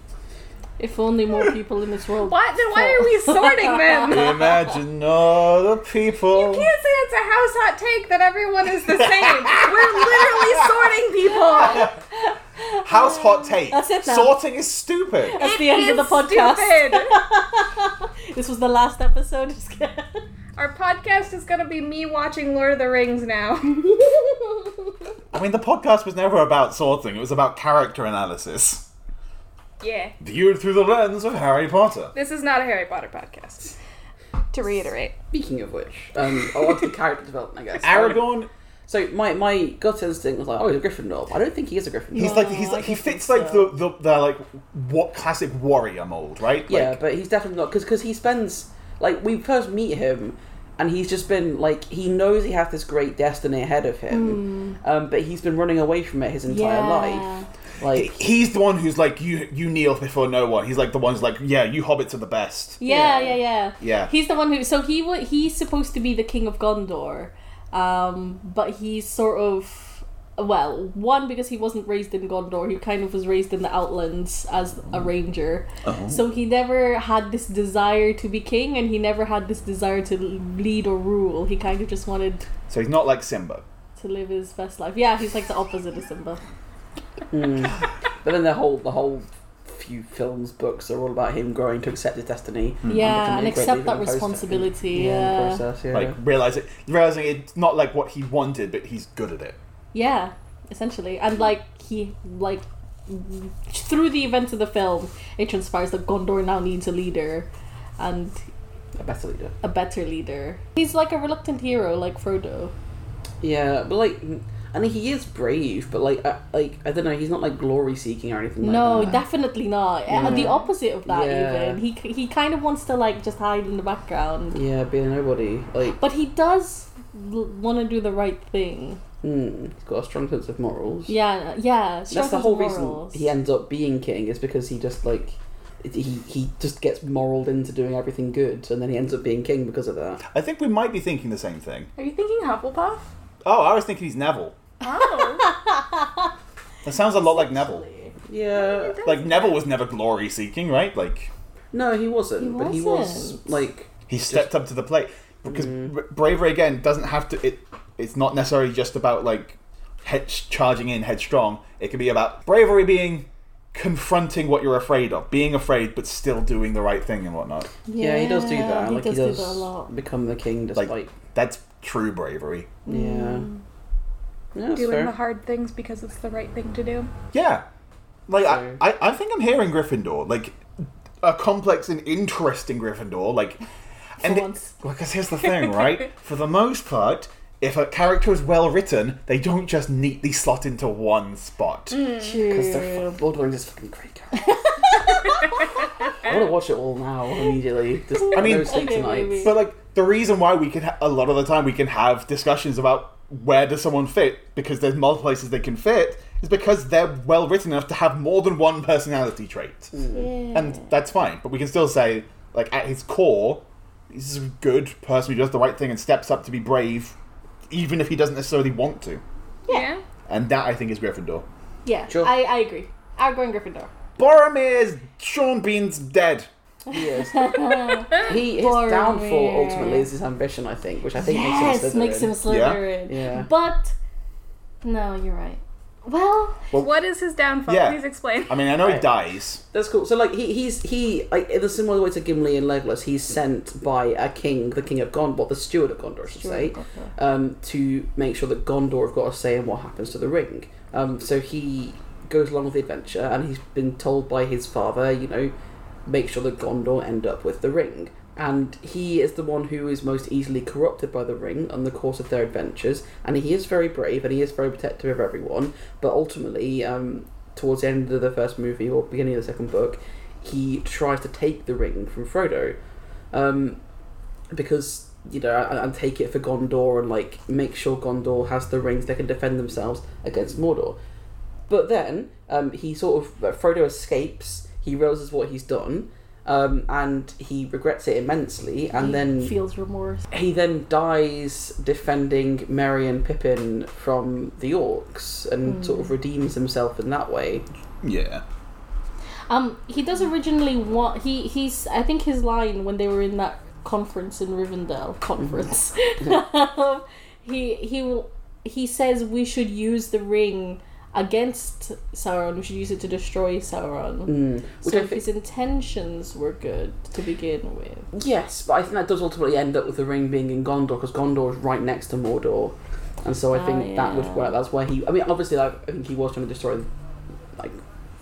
Speaker 2: if only more people in this world.
Speaker 4: Why, then why are we sorting them? you
Speaker 1: Imagine all the people.
Speaker 4: can't say it's a house hot take that everyone is the same. We're literally sorting people.
Speaker 1: House hot take.
Speaker 2: That's it now.
Speaker 1: Sorting is stupid.
Speaker 2: That's the end of the
Speaker 4: It's
Speaker 2: podcast.
Speaker 4: Stupid.
Speaker 2: This was the last episode. Just kidding.
Speaker 4: Our podcast is gonna be me watching Lord of the Rings now.
Speaker 1: I mean, the podcast was never about sorting. It was about character analysis
Speaker 4: yeah,
Speaker 1: viewed through the lens of Harry Potter.
Speaker 4: this is not a Harry Potter podcast. To reiterate,
Speaker 3: speaking of which, um, I want the character development, I guess.
Speaker 1: Aragorn,
Speaker 3: So my my gut instinct was like, oh, he's a Gryffindor. But I don't think he is a Gryffindor.
Speaker 1: he's like he's like he fits like the, the the like what classic warrior mold, right?
Speaker 3: Yeah,
Speaker 1: Like,
Speaker 3: but he's definitely not because he spends like we first meet him, and he's just been like he knows he has this great destiny ahead of him, um, but he's been running away from it his entire
Speaker 2: Hmm. Yeah.
Speaker 3: life. Like
Speaker 1: he's the one who's like you you kneel before no one. He's like the one who's like yeah, you hobbits are the best.
Speaker 2: Yeah, yeah,
Speaker 3: Yeah.
Speaker 2: yeah.
Speaker 1: Yeah.
Speaker 2: He's the one who. So he wa he's supposed to be the king of Gondor, um, but he's sort of well one because he wasn't raised in Gondor. He kind of was raised in the Outlands as
Speaker 3: Oh.
Speaker 2: a ranger,
Speaker 3: Uh-huh.
Speaker 2: so he never had this desire to be king, and he never had this desire to lead or rule. He kind of just wanted
Speaker 1: So he's not like Simba.
Speaker 2: to live his best life. Yeah, he's like the opposite of Simba.
Speaker 3: hmm. But then the whole the whole few films books are all about him growing to accept his destiny.
Speaker 2: Yeah,
Speaker 3: becoming
Speaker 2: and
Speaker 3: Hmm. a great
Speaker 2: accept
Speaker 3: leader
Speaker 2: that
Speaker 3: and post-
Speaker 2: responsibility.
Speaker 3: Yeah,
Speaker 2: Yeah,
Speaker 3: process, yeah.
Speaker 1: Like realizing realizing it's not like what he wanted, but he's good at it.
Speaker 2: yeah, essentially, and like he like through the events of the film, it transpires that Gondor now needs a leader, and
Speaker 3: A better leader.
Speaker 2: a better leader. He's like a reluctant hero, like Frodo.
Speaker 3: Yeah, but like, and he is brave, but like, I, like I don't know, he's not like glory seeking or anything.
Speaker 2: no,
Speaker 3: like that.
Speaker 2: definitely not. Uh, The opposite of that,
Speaker 3: Yeah.
Speaker 2: even. He c- he kind of wants to like just hide in the background,
Speaker 3: yeah, being a nobody, like,
Speaker 2: but he does l- want to do the right thing.
Speaker 3: mm, he's got a strong sense of morals.
Speaker 2: Yeah, yeah.
Speaker 3: that's
Speaker 2: strength
Speaker 3: the
Speaker 2: of
Speaker 3: whole
Speaker 2: morals.
Speaker 3: reason he ends up being king is because he just like. He, he just gets moraled into doing everything good, and then he ends up being king because of that.
Speaker 1: I think we might be thinking the same thing.
Speaker 4: Are you thinking Hufflepuff?
Speaker 1: Oh, I was thinking he's Neville.
Speaker 4: Oh.
Speaker 1: That sounds a lot like Neville.
Speaker 3: Yeah,
Speaker 1: Like Neville was never glory seeking, right? Like
Speaker 3: no, he wasn't,
Speaker 2: He
Speaker 3: but he was
Speaker 2: wasn't.
Speaker 3: like
Speaker 1: he stepped up to the plate because bra- bravery again doesn't have to. It it's not necessarily just about like head, charging in headstrong. It can be about bravery being confronting what you're afraid of, being afraid but still doing the right thing and whatnot.
Speaker 3: yeah, he does do
Speaker 2: Yeah,
Speaker 3: that.
Speaker 2: He
Speaker 3: like
Speaker 2: does,
Speaker 3: he does
Speaker 2: do that a lot.
Speaker 3: become the king
Speaker 1: Like
Speaker 3: despite
Speaker 1: that's true bravery.
Speaker 3: yeah.
Speaker 2: mm.
Speaker 3: Yeah, that's
Speaker 4: Doing
Speaker 3: fair.
Speaker 4: the hard things because it's the right thing to do.
Speaker 1: Yeah. Like, I,
Speaker 3: So-
Speaker 1: I, I think I'm hearing Gryffindor. Like, a complex and interesting Gryffindor. Like, and
Speaker 2: once.
Speaker 1: Because here's the thing, right? For the most part, if a character is well written, they don't just neatly slot into one spot.
Speaker 3: Because the Lord of the Rings is fucking great. guys. I want to watch it all now immediately. Just, I
Speaker 1: mean-
Speaker 3: mean, those six
Speaker 2: Okay,
Speaker 3: nights.
Speaker 2: maybe.
Speaker 1: But, like, the reason why we can, ha- a lot of the time, we can have discussions about where does someone fit, because there's multiple places they can fit, is because they're well written enough to have more than one personality trait.
Speaker 2: Yeah.
Speaker 1: and that's fine. But we can still say, like at his core, he's a good person who does the right thing and steps up to be brave, even if he doesn't necessarily want to.
Speaker 4: Yeah.
Speaker 1: And that I think is Gryffindor.
Speaker 2: yeah,
Speaker 3: Sure.
Speaker 2: I, I agree. Outgoing Gryffindor.
Speaker 1: Boromir's Sean Bean's dead.
Speaker 3: He is. he, his
Speaker 2: Boring.
Speaker 3: downfall ultimately is his ambition, I think, which I think
Speaker 2: Yes,
Speaker 3: makes
Speaker 2: makes him
Speaker 3: him Slytherin.
Speaker 2: Slytherin.
Speaker 3: Yeah.
Speaker 2: But no, you're right. Well,
Speaker 4: What is his downfall?
Speaker 1: Yeah.
Speaker 4: Please explain.
Speaker 1: I mean, I know he
Speaker 3: Right.
Speaker 1: dies.
Speaker 3: That's cool. So like he, he's he like in a similar way to Gimli and Legolas, he's sent by a king, the king of Gondor, the steward of Gondor, I should say, um, to make sure that Gondor have got a say in what happens to the ring. Um, so he goes along with the adventure, and he's been told by his father, you know, make sure that Gondor end up with the ring. And he is the one who is most easily corrupted by the ring on the course of their adventures. And he is very brave and he is very protective of everyone. But ultimately, um, towards the end of the first movie or beginning of the second book, he tries to take the ring from Frodo. Um, because, you know, and, and take it for Gondor and, like, make sure Gondor has the rings they can defend themselves against Mordor. But then um, he sort of Frodo escapes. He realizes what he's done, um, and he regrets it immensely. And
Speaker 2: he
Speaker 3: then
Speaker 2: feels remorse.
Speaker 3: he then dies defending Merry and Pippin from the orcs, and
Speaker 2: Hmm.
Speaker 3: sort of redeems himself in that way.
Speaker 1: Yeah.
Speaker 2: Um, he does originally want he he's I think his line when they were in that conference in
Speaker 3: Mm-hmm.
Speaker 2: Rivendell conference. he he will he says we should use the ring against Sauron. We should use it to destroy Sauron.
Speaker 3: Mm. Which
Speaker 2: So
Speaker 3: I
Speaker 2: if
Speaker 3: thi- Mm.
Speaker 2: his intentions were good to begin with,
Speaker 3: yes, but I think that does ultimately end up with the ring being in Gondor because Gondor is right next to Mordor, and so I
Speaker 2: Ah,
Speaker 3: think that would
Speaker 2: yeah.
Speaker 3: work. That's where he. I mean, obviously, like, I think he was trying to destroy, like,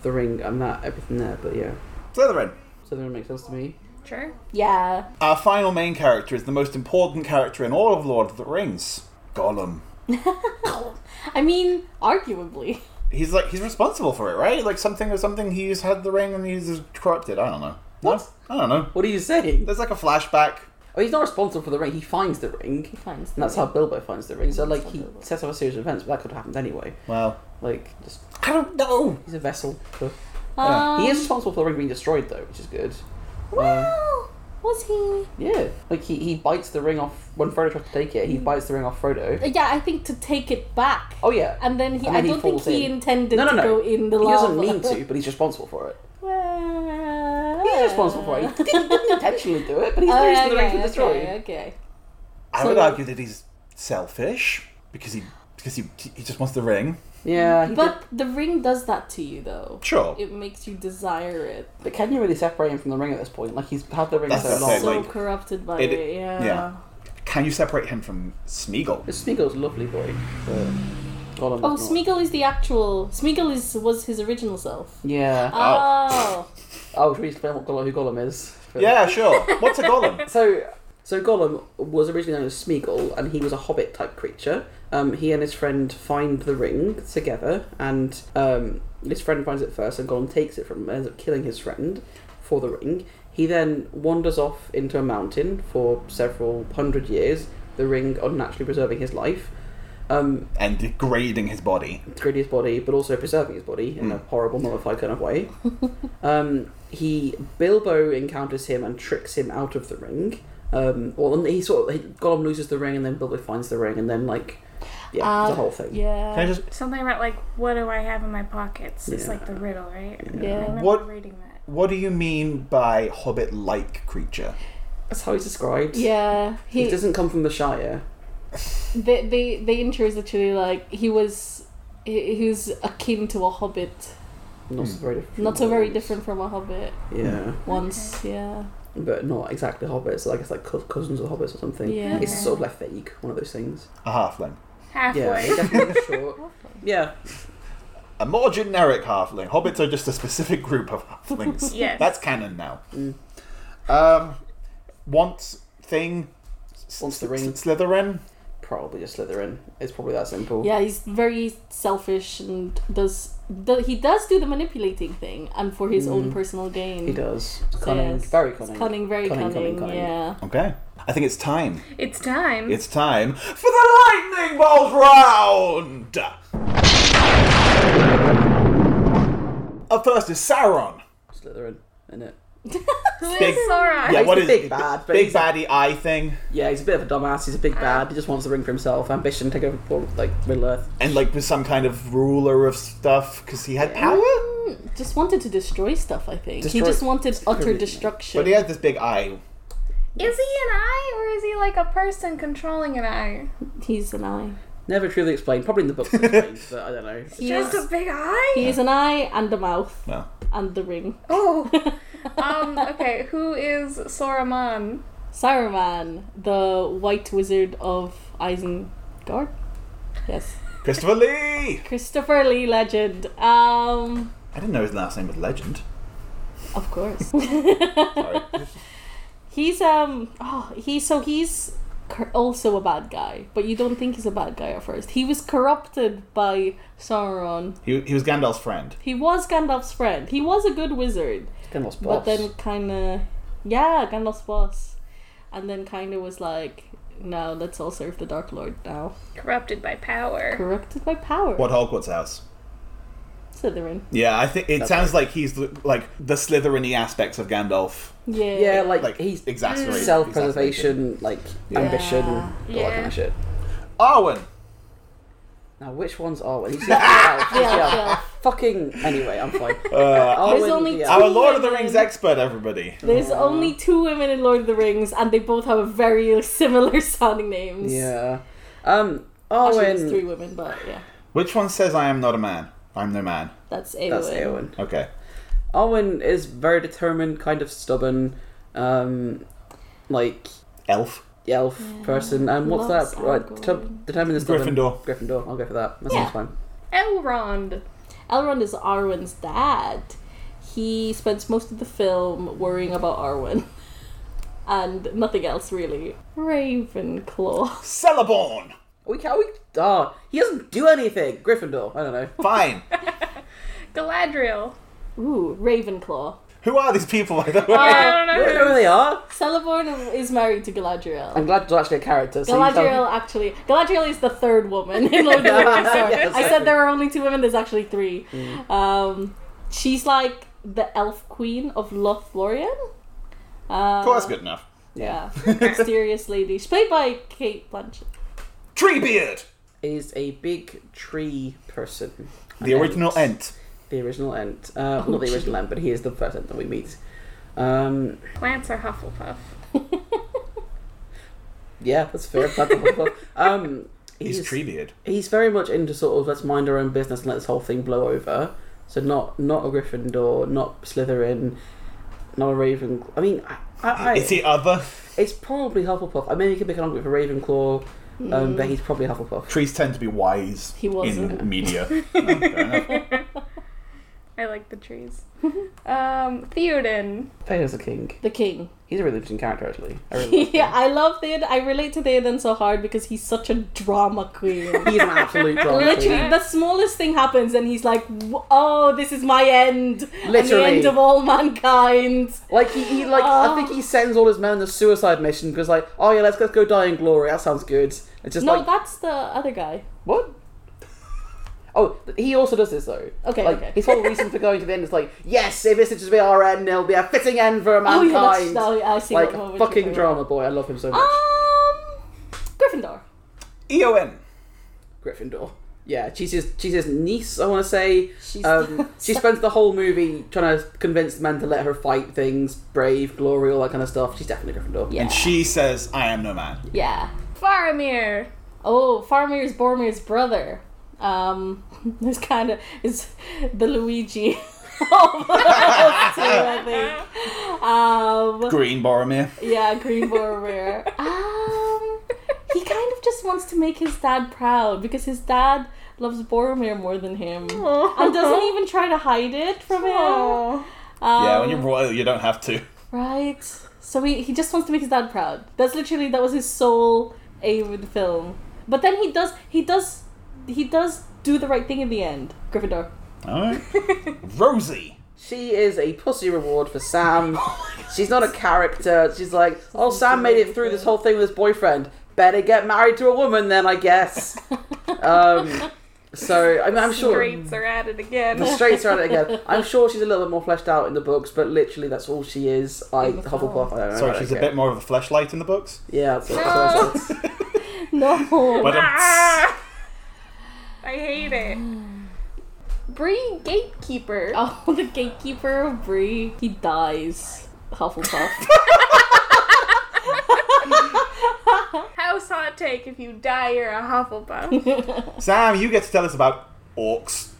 Speaker 3: the ring and that everything there. But yeah,
Speaker 1: Slytherin.
Speaker 3: so that makes sense to me.
Speaker 4: Sure.
Speaker 2: yeah,
Speaker 1: Our final main character is the most important character in all of Lord of the Rings. Gollum.
Speaker 2: I mean, arguably,
Speaker 1: He's like he's responsible for it, right? Like something or something. He's had the ring and he's corrupted. I don't know. What? I don't know.
Speaker 3: What are you saying?
Speaker 1: There's like a flashback.
Speaker 3: Oh, he's not responsible for the ring. He finds the ring.
Speaker 2: he finds
Speaker 3: And that's how Bilbo finds the ring. So, like,
Speaker 2: That's how
Speaker 3: he
Speaker 2: Bilbo-
Speaker 3: sets up a series of events, but that could have happened anyway.
Speaker 1: Well,
Speaker 3: Like, just
Speaker 1: I don't know.
Speaker 3: he's a vessel. For...
Speaker 2: Um,
Speaker 3: he is responsible for the ring being destroyed, though, which is good.
Speaker 2: Well, was he?
Speaker 3: Yeah, like he, he bites the ring off when Frodo tries to take it.
Speaker 2: Hmm.
Speaker 3: He bites the ring off Frodo.
Speaker 2: Yeah, I think to take it back.
Speaker 3: Oh yeah,
Speaker 2: And then he,
Speaker 3: And then
Speaker 2: I
Speaker 3: he
Speaker 2: don't think
Speaker 3: falls
Speaker 2: he
Speaker 3: in.
Speaker 2: intended
Speaker 3: No, no,
Speaker 2: to
Speaker 3: no.
Speaker 2: go in the
Speaker 3: he
Speaker 2: lava.
Speaker 3: doesn't mean to, but he's responsible for it.
Speaker 2: Well,
Speaker 3: He's responsible for it. He didn't, didn't intentionally do it, but he's the
Speaker 2: Oh,
Speaker 3: reason the ring
Speaker 2: okay,
Speaker 3: can destroy.
Speaker 2: Okay, okay.
Speaker 1: I
Speaker 2: So-
Speaker 1: would argue that he's selfish because he because he he just wants the ring.
Speaker 3: Yeah, he
Speaker 2: But the ring does that to you, though.
Speaker 1: Sure.
Speaker 2: It makes you desire it.
Speaker 3: did- but can you really separate him from the ring at this point? Like he's had the ring
Speaker 1: That's
Speaker 3: so
Speaker 1: the
Speaker 3: long.
Speaker 1: thing,
Speaker 2: so
Speaker 1: like,
Speaker 2: corrupted by
Speaker 1: it-
Speaker 2: it. yeah.
Speaker 1: yeah. Can you separate him from Smeagol?
Speaker 3: Smeagol's a lovely boy, but Well, I'm
Speaker 2: Oh,
Speaker 3: not.
Speaker 2: Smeagol is the actual. Smeagol is was his original self.
Speaker 3: Yeah.
Speaker 2: Oh,
Speaker 3: Oh, should we explain what Gollum, who Gollum is?
Speaker 1: Yeah, sure. What's a golem?
Speaker 3: So, so Gollum was originally known as Smeagol, and he was a hobbit type creature. Um, he and his friend find the ring together, and um, his friend finds it first, and Gollum takes it from him, and ends up killing his friend for the ring. He then wanders off into a mountain for several hundred years, the ring unnaturally preserving his life. Um,
Speaker 1: and degrading his body.
Speaker 3: degrading his body, but also preserving his body in a
Speaker 2: Hmm.
Speaker 3: horrible, mummified kind of way. um, he Bilbo encounters him and tricks him out of the ring. Um, well, and he sort of he, Gollum loses the ring, and then Bilbo finds the ring, and then like, yeah,
Speaker 2: Uh,
Speaker 3: the whole thing.
Speaker 1: Can I
Speaker 2: yeah.
Speaker 1: just
Speaker 4: Something about like, what do I have in my pockets? It's like the riddle, right?
Speaker 2: Yeah.
Speaker 4: I remember
Speaker 1: What-
Speaker 4: reading that.
Speaker 1: What do you mean by hobbit like creature?
Speaker 3: That's how he's described.
Speaker 2: Yeah,
Speaker 3: he,
Speaker 2: he,
Speaker 3: doesn't come from the Shire.
Speaker 2: the, the the intro is literally like he was he, he was akin to a hobbit,
Speaker 3: Not so very different. from
Speaker 2: Hmm. not so very
Speaker 3: Gollum's.
Speaker 2: different from a hobbit.
Speaker 3: Yeah,
Speaker 2: Once, yeah,
Speaker 3: but not exactly hobbits. So I guess like cou- cousins of hobbits or something.
Speaker 2: Yeah.
Speaker 3: it's sort of left vague. One of those things.
Speaker 1: A halfling.
Speaker 3: Yeah,
Speaker 4: Halfway.
Speaker 3: definitely short. Yeah,
Speaker 1: A more generic halfling. Hobbits are just a specific group of halflings.
Speaker 4: Yes.
Speaker 1: That's canon now.
Speaker 3: Mm.
Speaker 1: Um, wants thing. S-
Speaker 3: Wants the
Speaker 1: s-
Speaker 3: ring.
Speaker 1: Slytherin.
Speaker 3: probably just Slytherin. It's probably that simple.
Speaker 2: yeah. He's very selfish and does do, he does do the manipulating thing and for his own personal gain.
Speaker 3: Mm. He does.
Speaker 2: So
Speaker 3: Cunning,
Speaker 2: yes,
Speaker 3: very
Speaker 2: it's
Speaker 3: cunning.
Speaker 2: cunning, very
Speaker 3: Cunning,
Speaker 2: cunning.
Speaker 3: cunning, cunning.
Speaker 2: Yeah.
Speaker 1: Okay. I think it's time.
Speaker 4: It's time.
Speaker 1: It's time for the lightning bolt round. Up first is Sauron.
Speaker 3: Slytherin, in it.
Speaker 4: Who is
Speaker 1: big-
Speaker 4: Sauron?
Speaker 1: Yeah,
Speaker 3: he's
Speaker 1: what
Speaker 3: the
Speaker 1: is
Speaker 3: big bad, but
Speaker 1: Big
Speaker 3: he's a-
Speaker 1: baddie eye thing,
Speaker 3: Yeah, he's a bit of a dumbass. He's a big bad. He just wants the ring for himself. Ambition, take over all, like Middle Earth.
Speaker 1: and like was some kind of ruler of stuff because he had power.
Speaker 2: Mm, Just wanted to destroy stuff. I think
Speaker 3: Destroy-
Speaker 2: he just wanted utter
Speaker 3: everything.
Speaker 2: destruction.
Speaker 1: But he had this big eye.
Speaker 4: Is he an eye or is he like a person controlling an eye?
Speaker 2: He's an eye.
Speaker 3: Never truly explained. Probably in the books it's explained, but I don't know.
Speaker 2: He
Speaker 4: Just
Speaker 2: is,
Speaker 4: a big eye?
Speaker 2: he is an eye and a mouth
Speaker 1: Well,
Speaker 2: and the ring.
Speaker 4: Oh. um, okay, who is Sauron?
Speaker 2: Saruman, the White Wizard of Isengard. Yes,
Speaker 1: Christopher Lee.
Speaker 2: Christopher Lee legend. Um,
Speaker 1: I didn't know his last name was Legend.
Speaker 2: of course.
Speaker 1: Sorry.
Speaker 2: he's um. Oh, he so he's cor- also a bad guy, but you don't think he's a bad guy at first. He was corrupted by Sauron.
Speaker 1: he, he was Gandalf's friend.
Speaker 2: He was Gandalf's friend. He was a good wizard.
Speaker 3: Gandalf's boss.
Speaker 2: But then kind of, yeah, Gandalf's boss, and then kind of was like, no, let's all serve the Dark Lord now.
Speaker 4: Corrupted by power.
Speaker 2: Corrupted by power.
Speaker 1: What Hogwarts house?
Speaker 2: Slytherin.
Speaker 1: Yeah, I think it
Speaker 3: That's
Speaker 1: sounds like he's the, like the Slytherin-y aspects of Gandalf.
Speaker 2: Yeah.
Speaker 3: yeah, like,
Speaker 1: Like
Speaker 3: he's
Speaker 1: exasperated. exacerbated.
Speaker 3: self-preservation, like ambition,
Speaker 2: Yeah.
Speaker 3: all that kind
Speaker 4: Yeah.
Speaker 3: of shit.
Speaker 1: Arwen.
Speaker 3: Now, which ones are we? He's just the elf, he's the
Speaker 2: Yeah,
Speaker 3: elf.
Speaker 2: yeah.
Speaker 3: Fucking anyway, I'm fine.
Speaker 1: Uh,
Speaker 3: Arwen,
Speaker 2: There's only
Speaker 3: the
Speaker 2: two-
Speaker 3: elf.
Speaker 1: our Lord of the
Speaker 2: Arwen.
Speaker 1: Rings expert, everybody.
Speaker 2: There's only two women in Lord of the Rings, and they both have very similar sounding names.
Speaker 3: Yeah. Um,
Speaker 2: Actually, there's three
Speaker 3: Arwen.
Speaker 2: women, but yeah,
Speaker 1: Which one says I am not a man? I'm no man.
Speaker 2: that's Eowyn.
Speaker 3: That's Eowyn.
Speaker 1: Okay.
Speaker 3: Arwen is very determined, kind of stubborn, um, like
Speaker 1: Elf.
Speaker 3: the elf person. And what's
Speaker 2: Loves
Speaker 3: that? Right,
Speaker 2: Aragorn.
Speaker 3: determine determine the stubborn.
Speaker 1: Gryffindor.
Speaker 3: Gryffindor. I'll go for that. That
Speaker 2: Yeah.
Speaker 3: sounds fine.
Speaker 4: Elrond.
Speaker 2: Elrond is Arwen's dad. He spends most of the film worrying about Arwen, and nothing else really. Ravenclaw.
Speaker 1: Celeborn.
Speaker 3: We can't. We. Oh, he doesn't do anything. Gryffindor. I don't know.
Speaker 1: Fine.
Speaker 4: Galadriel.
Speaker 2: Ooh, Ravenclaw.
Speaker 1: Who are these people, by the way?
Speaker 4: I don't
Speaker 3: I
Speaker 4: know.
Speaker 3: don't know who they are.
Speaker 2: Celeborn is married to Galadriel.
Speaker 3: I'm glad it's actually a character. So you tell-
Speaker 2: Galadriel actually Galadriel is the third woman in Lord of the Rings. Sorry.
Speaker 3: Yes. Mm.
Speaker 2: I said there are only two women. There's actually three. Um, she's like the elf queen of Lothlorien. Uh,
Speaker 1: Of course, good enough.
Speaker 3: Yeah.
Speaker 2: Yeah, mysterious lady. She's played by Kate Blanchett.
Speaker 1: Treebeard.
Speaker 3: Is a big tree person.
Speaker 1: The
Speaker 3: An
Speaker 1: original
Speaker 3: Ent.
Speaker 1: Ent.
Speaker 3: The original Ent. Uh,
Speaker 2: Oh,
Speaker 3: not the
Speaker 2: gee.
Speaker 3: original Ent, but he is the first Ent that we meet. Um,
Speaker 4: Plants are Hufflepuff.
Speaker 3: yeah, that's fair. That's a- um,
Speaker 1: He's Treebeard.
Speaker 3: he's very much into sort of let's mind our own business and let this whole thing blow over. So not not a Gryffindor, not Slytherin, not a Raven. I mean, I, I, I,
Speaker 1: Is he other?
Speaker 3: it's probably Hufflepuff. I mean, you could pick an argument for Ravenclaw. Um,
Speaker 2: Hmm.
Speaker 3: but he's probably Hufflepuff.
Speaker 1: Trees tend to be wise
Speaker 2: He wasn't.
Speaker 1: in media. Oh, fair enough.
Speaker 4: I like the trees. um, Theoden.
Speaker 3: Theoden's a king.
Speaker 2: The king.
Speaker 3: He's a really interesting character, actually. I really like
Speaker 2: yeah, I love Theoden. I relate to Theoden so hard because he's such a drama queen.
Speaker 3: him. He's an absolute drama queen.
Speaker 2: Literally, the smallest thing happens, and he's like, "W- "Oh, this is my end, and the
Speaker 3: Literally.
Speaker 2: end of all mankind."
Speaker 3: Like he, he like I think
Speaker 2: Oh.
Speaker 3: he sends all his men on a suicide mission because like, oh yeah, let's, let's go die in glory. That sounds good. It's just
Speaker 2: no,
Speaker 3: like
Speaker 2: that's the other guy.
Speaker 3: what? Oh, th- he also does this though.
Speaker 2: Okay,
Speaker 3: like,
Speaker 2: okay.
Speaker 3: His whole reason for going to the end is like, yes, if this is just be our end, it'll be a fitting end for
Speaker 2: Oh
Speaker 3: mankind.
Speaker 2: yeah, that's, Oh, no, I see. what- what
Speaker 3: like
Speaker 2: you're
Speaker 3: fucking
Speaker 2: talking
Speaker 3: drama boy. I love him so much.
Speaker 2: about. Um, Gryffindor.
Speaker 1: Eon.
Speaker 3: Gryffindor. Yeah, she's his, she's his niece. I want to say.
Speaker 2: She's
Speaker 3: Um, she spends the whole movie trying to convince the men to let her fight things, brave, glory, all that kind of stuff. She's definitely Gryffindor.
Speaker 2: Yeah.
Speaker 1: And she says, I am no man.
Speaker 2: Yeah.
Speaker 4: Faramir.
Speaker 2: Oh, Farmer's Bormir's brother. Um, this kind of is the Luigi. of us two, I think. Um,
Speaker 1: Green Boromir.
Speaker 2: yeah, Green Boromir. Um, he kind of just wants to make his dad proud because his dad loves Boromir more than him and doesn't even try to hide it from him.
Speaker 4: Aw.
Speaker 2: Um,
Speaker 1: yeah, when you're royal, you don't have to.
Speaker 2: right. So he, he just wants to make his dad proud. That's literally that was his sole aim with the film. But then he does he does he does do the right thing in the end. Gryffindor.
Speaker 1: Alright. Rosie.
Speaker 3: She is a pussy reward for Sam.
Speaker 2: Oh
Speaker 3: She's not a character. She's like, oh, Sam made it through this whole thing with his boyfriend. Better get married to a woman then, I guess. Um, so I mean, I'm sure
Speaker 4: Greats are at it again.
Speaker 3: the straights are at it again. I'm sure she's a little bit more fleshed out in the books, but literally that's all she is. I
Speaker 2: In the
Speaker 3: Hufflepuff. I don't know. I
Speaker 1: Sorry,
Speaker 3: don't
Speaker 1: she's a
Speaker 3: care.
Speaker 1: bit more of a fleshlight in the books.
Speaker 3: Yeah, that's what, that's what I said.
Speaker 2: No.
Speaker 1: But um,
Speaker 4: Ah! I hate it. Bree Gatekeeper.
Speaker 2: Oh, the gatekeeper of Bree. He dies. Hufflepuff.
Speaker 4: House hot take if you die, you're a Hufflepuff.
Speaker 1: Sam, you get to tell us about orcs.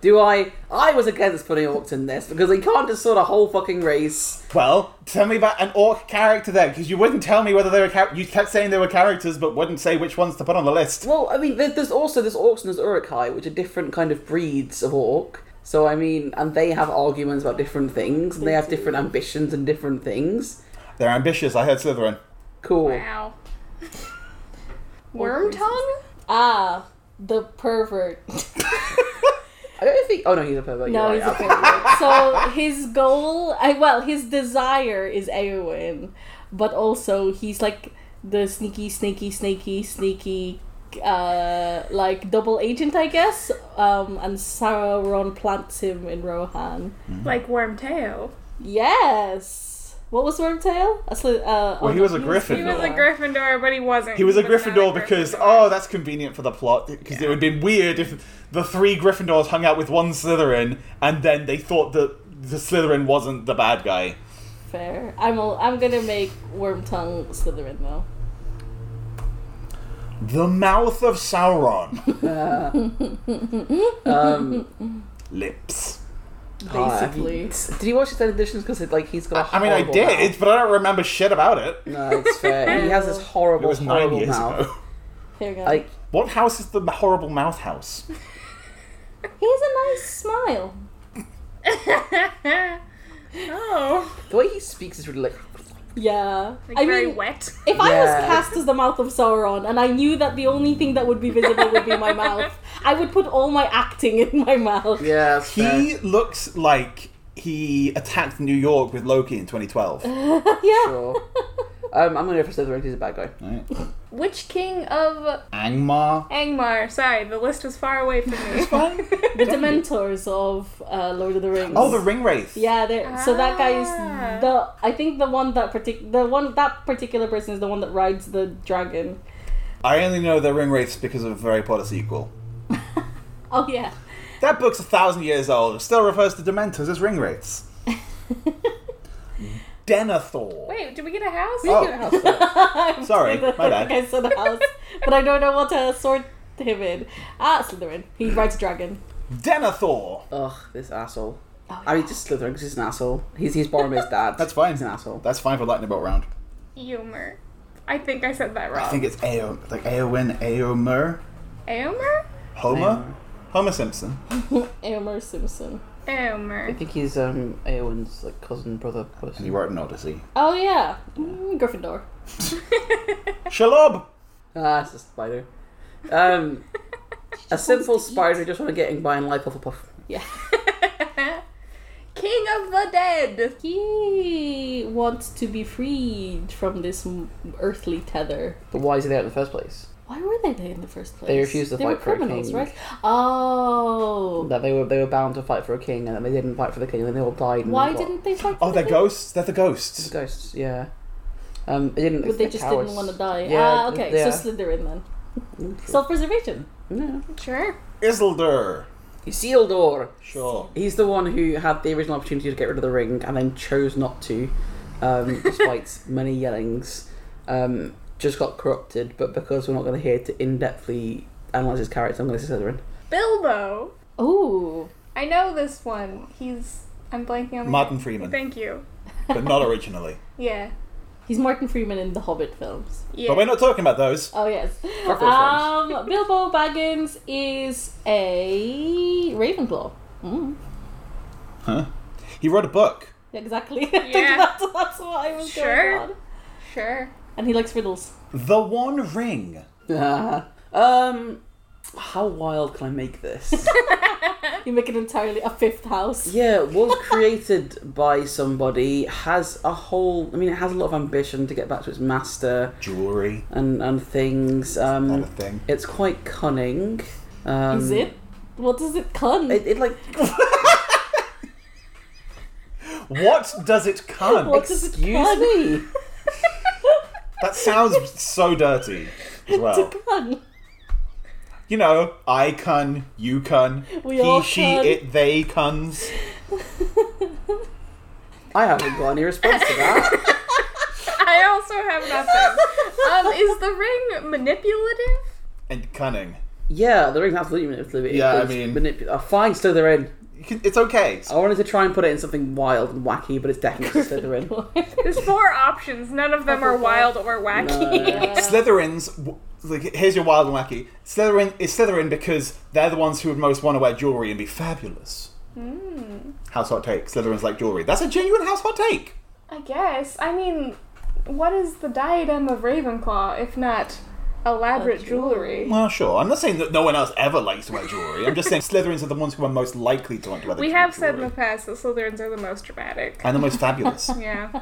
Speaker 3: Do I? I was against putting orcs in this because they can't just sort a whole fucking race.
Speaker 1: Well, tell me about an orc character then, because you wouldn't tell me whether they were char- you kept saying they were characters, but wouldn't say which ones to put on the list.
Speaker 3: Well, I mean, there- there's also there's orcs and there's urukai, which are different kind of breeds of orc. So I mean, and they have arguments about different things, and they have different ambitions and different things.
Speaker 1: They're ambitious. I heard Slytherin.
Speaker 3: Cool.
Speaker 4: wow. Worm tongue?
Speaker 2: ah, the pervert.
Speaker 3: I don't think. Oh no, he's a pervert.
Speaker 2: No,
Speaker 3: you're
Speaker 2: he's a
Speaker 3: right.
Speaker 2: pervert. so his goal, I, well, his desire is Eowyn, but also he's like the sneaky, sneaky, sneaky, sneaky, uh, like double agent, I guess. Um, and Sauron plants him in Rohan.
Speaker 4: Like Wormtail.
Speaker 2: Yes. What was Wormtail? A sli- uh,
Speaker 1: Well, he was a
Speaker 4: He was a
Speaker 1: Gryffindor.
Speaker 4: Gryffindor, but he wasn't.
Speaker 1: He was a
Speaker 4: He not
Speaker 1: Gryffindor because oh, that's convenient for the plot. Because it would have been weird if the three Gryffindors hung out with one Slytherin, and then they thought that the Slytherin wasn't the bad guy.
Speaker 2: Fair. I'm a, I'm gonna make Wormtongue Slytherin though.
Speaker 1: The mouth of Sauron.
Speaker 3: Um,
Speaker 1: Lips.
Speaker 2: Basically.
Speaker 3: uh, did you watch the editions? Because like he's got. A
Speaker 1: I mean, I
Speaker 3: horrible
Speaker 1: did, but I don't remember shit about it.
Speaker 3: Mouth. No, it's fair. he has this
Speaker 1: It
Speaker 3: horrible,
Speaker 1: was nine
Speaker 3: horrible
Speaker 1: years
Speaker 3: mouth.
Speaker 1: ago.
Speaker 2: There you go.
Speaker 3: Like
Speaker 1: What house is the horrible mouth house?
Speaker 2: he has a nice smile.
Speaker 4: oh,
Speaker 3: the way he speaks is really like.
Speaker 2: Yeah.
Speaker 4: like
Speaker 2: I
Speaker 4: very
Speaker 2: mean,
Speaker 4: wet.
Speaker 2: if I was
Speaker 3: Yeah.
Speaker 2: cast as the mouth of Sauron and I knew that the only thing that would be visible would be my mouth, I would put all my acting in my mouth.
Speaker 3: Yeah, it's fair.
Speaker 1: He looks like he attacked New York with Loki in
Speaker 3: Uh,
Speaker 1: 2012.
Speaker 2: Yeah.
Speaker 3: Sure. Um, I'm gonna go for Slytherin. 'cause He's a bad guy.
Speaker 1: Right.
Speaker 4: Which king of
Speaker 1: Angmar.
Speaker 4: Angmar? Sorry, the list was far away from me.
Speaker 2: The Dementors of uh, Lord of the Rings.
Speaker 1: Oh, the Ring Wraith.
Speaker 2: Yeah, they're- so that guy is
Speaker 4: Ah.
Speaker 2: the. I think the one that partic- the one that particular person is the one that rides the dragon.
Speaker 1: I only know the Ring Wraiths because of Harry Potter sequel.
Speaker 2: Oh yeah.
Speaker 1: That book's a thousand years old. It still refers to Dementors as Ring Wraiths. Denethor.
Speaker 4: Wait, did we get a house?
Speaker 1: Oh, Sorry, my bad.
Speaker 2: I said the house, but I don't know what to sort him in. Ah, Slytherin. He rides a dragon.
Speaker 1: Denethor.
Speaker 3: Ugh, this asshole.
Speaker 2: Oh,
Speaker 3: I mean, just Slytherin because he's an asshole. He's he's Boromir's dad.
Speaker 1: That's fine.
Speaker 3: He's an asshole.
Speaker 1: That's fine for lightning bolt round.
Speaker 4: Humor. I think I said that wrong.
Speaker 1: I think it's Ao, like Aowen, Aomer,
Speaker 4: Aomer?
Speaker 1: Homer, Homer Simpson.
Speaker 2: Elmer Simpson.
Speaker 3: I
Speaker 4: Aomer.
Speaker 3: think he's um Eowyn's like cousin brother
Speaker 1: And he
Speaker 3: person.
Speaker 1: wrote an Odyssey.
Speaker 2: Oh yeah, Mm, Gryffindor.
Speaker 1: Shalob.
Speaker 3: Ah, it's a spider. Um, a simple spider just want to get in by and like Hufflepuff.
Speaker 4: King of the Dead.
Speaker 2: He wants to be freed from this m- earthly tether.
Speaker 3: But why is he there in the first place?
Speaker 2: Why were they there in the first place?
Speaker 3: They refused to
Speaker 2: They
Speaker 3: fight
Speaker 2: were
Speaker 3: for a
Speaker 2: criminals,
Speaker 3: king.
Speaker 2: right? Oh.
Speaker 3: That they were they were bound to fight for a king, and then they didn't fight for the king, and then they all died. And
Speaker 2: Why
Speaker 3: got-
Speaker 2: didn't they fight?
Speaker 1: Oh,
Speaker 2: for the
Speaker 1: they're
Speaker 2: king?
Speaker 1: ghosts. They're the ghosts.
Speaker 3: ghosts? Yeah. Um, they didn't.
Speaker 2: But they
Speaker 3: they're
Speaker 2: just
Speaker 3: cowards.
Speaker 2: didn't want to die.
Speaker 3: Yeah,
Speaker 2: ah, okay.
Speaker 3: yeah.
Speaker 2: So Slytherin then. Self preservation.
Speaker 3: Yeah.
Speaker 4: Sure.
Speaker 1: Isildur.
Speaker 3: Isildur.
Speaker 1: Sure.
Speaker 3: He's the one who had the original opportunity to get rid of the ring and then chose not to, um, despite many yellings. Um, just got corrupted, but because we're not going to hear to in depthly analyse his character, I'm going to say Slytherin.
Speaker 4: Bilbo.
Speaker 2: Ooh.
Speaker 4: I know this one. He's. I'm blanking on the
Speaker 1: Martin Freeman,
Speaker 4: Thank you.
Speaker 1: but not originally.
Speaker 4: Yeah.
Speaker 2: He's Martin Freeman in the Hobbit films.
Speaker 4: Yeah.
Speaker 1: But we're not talking about those.
Speaker 2: Oh yes.
Speaker 3: Fuck those
Speaker 2: Um, Bilbo Baggins is a Ravenclaw. Mm.
Speaker 1: Huh? He wrote a book.
Speaker 2: Exactly. I think
Speaker 4: Yeah.
Speaker 2: that's, that's what I was
Speaker 4: Sure.
Speaker 2: going on.
Speaker 4: sure.
Speaker 2: And he likes riddles.
Speaker 1: The One Ring.
Speaker 3: um, how wild can I make this?
Speaker 2: You make it entirely a fifth house.
Speaker 3: yeah, was created by somebody, has a whole. I mean, it has a lot of ambition to get back to its master
Speaker 1: Jewelry.
Speaker 3: and, and things.
Speaker 1: Kind
Speaker 3: Um,
Speaker 2: Mm.
Speaker 1: of thing.
Speaker 3: it's quite cunning. Um,
Speaker 2: Is it? What does it con?
Speaker 3: It, it like
Speaker 1: What does it come?
Speaker 2: What does it
Speaker 3: excuse
Speaker 2: con?
Speaker 3: me.
Speaker 1: That sounds so dirty as well.
Speaker 2: To con.
Speaker 1: You know, I cun, you cun,
Speaker 2: We
Speaker 1: he,
Speaker 2: all
Speaker 1: she,
Speaker 2: cun.
Speaker 1: it, they cuns.
Speaker 3: I haven't got any response to that.
Speaker 4: I also have nothing. um, is the ring manipulative?
Speaker 1: And cunning.
Speaker 3: Yeah, the ring's absolutely manipulative.
Speaker 1: Yeah, I mean-
Speaker 3: manipu- oh, fine, Slytherin.
Speaker 1: You can- It's okay.
Speaker 2: Oh.
Speaker 3: I wanted to try and put it in something wild and wacky, but it's definitely Slytherin.
Speaker 4: There's four options. None of them are wild or wacky.
Speaker 1: Slytherins, w- like, here's your wild and wacky. Slytherin is Slytherin because they're the ones who would most want to wear jewelry and be fabulous.
Speaker 2: Hmm.
Speaker 1: House hot take. Slytherins like jewelry. That's a genuine house hot take.
Speaker 4: I guess. I mean, what is the diadem of Ravenclaw if not elaborate jewelry?
Speaker 1: Well, sure. I'm not saying that no one else ever likes to wear jewelry. I'm just saying Slytherins are the ones who are most likely to want to wear the
Speaker 4: We
Speaker 1: jewelry.
Speaker 4: have said in the past that Slytherins are the most dramatic.
Speaker 1: and the most fabulous.
Speaker 4: Yeah.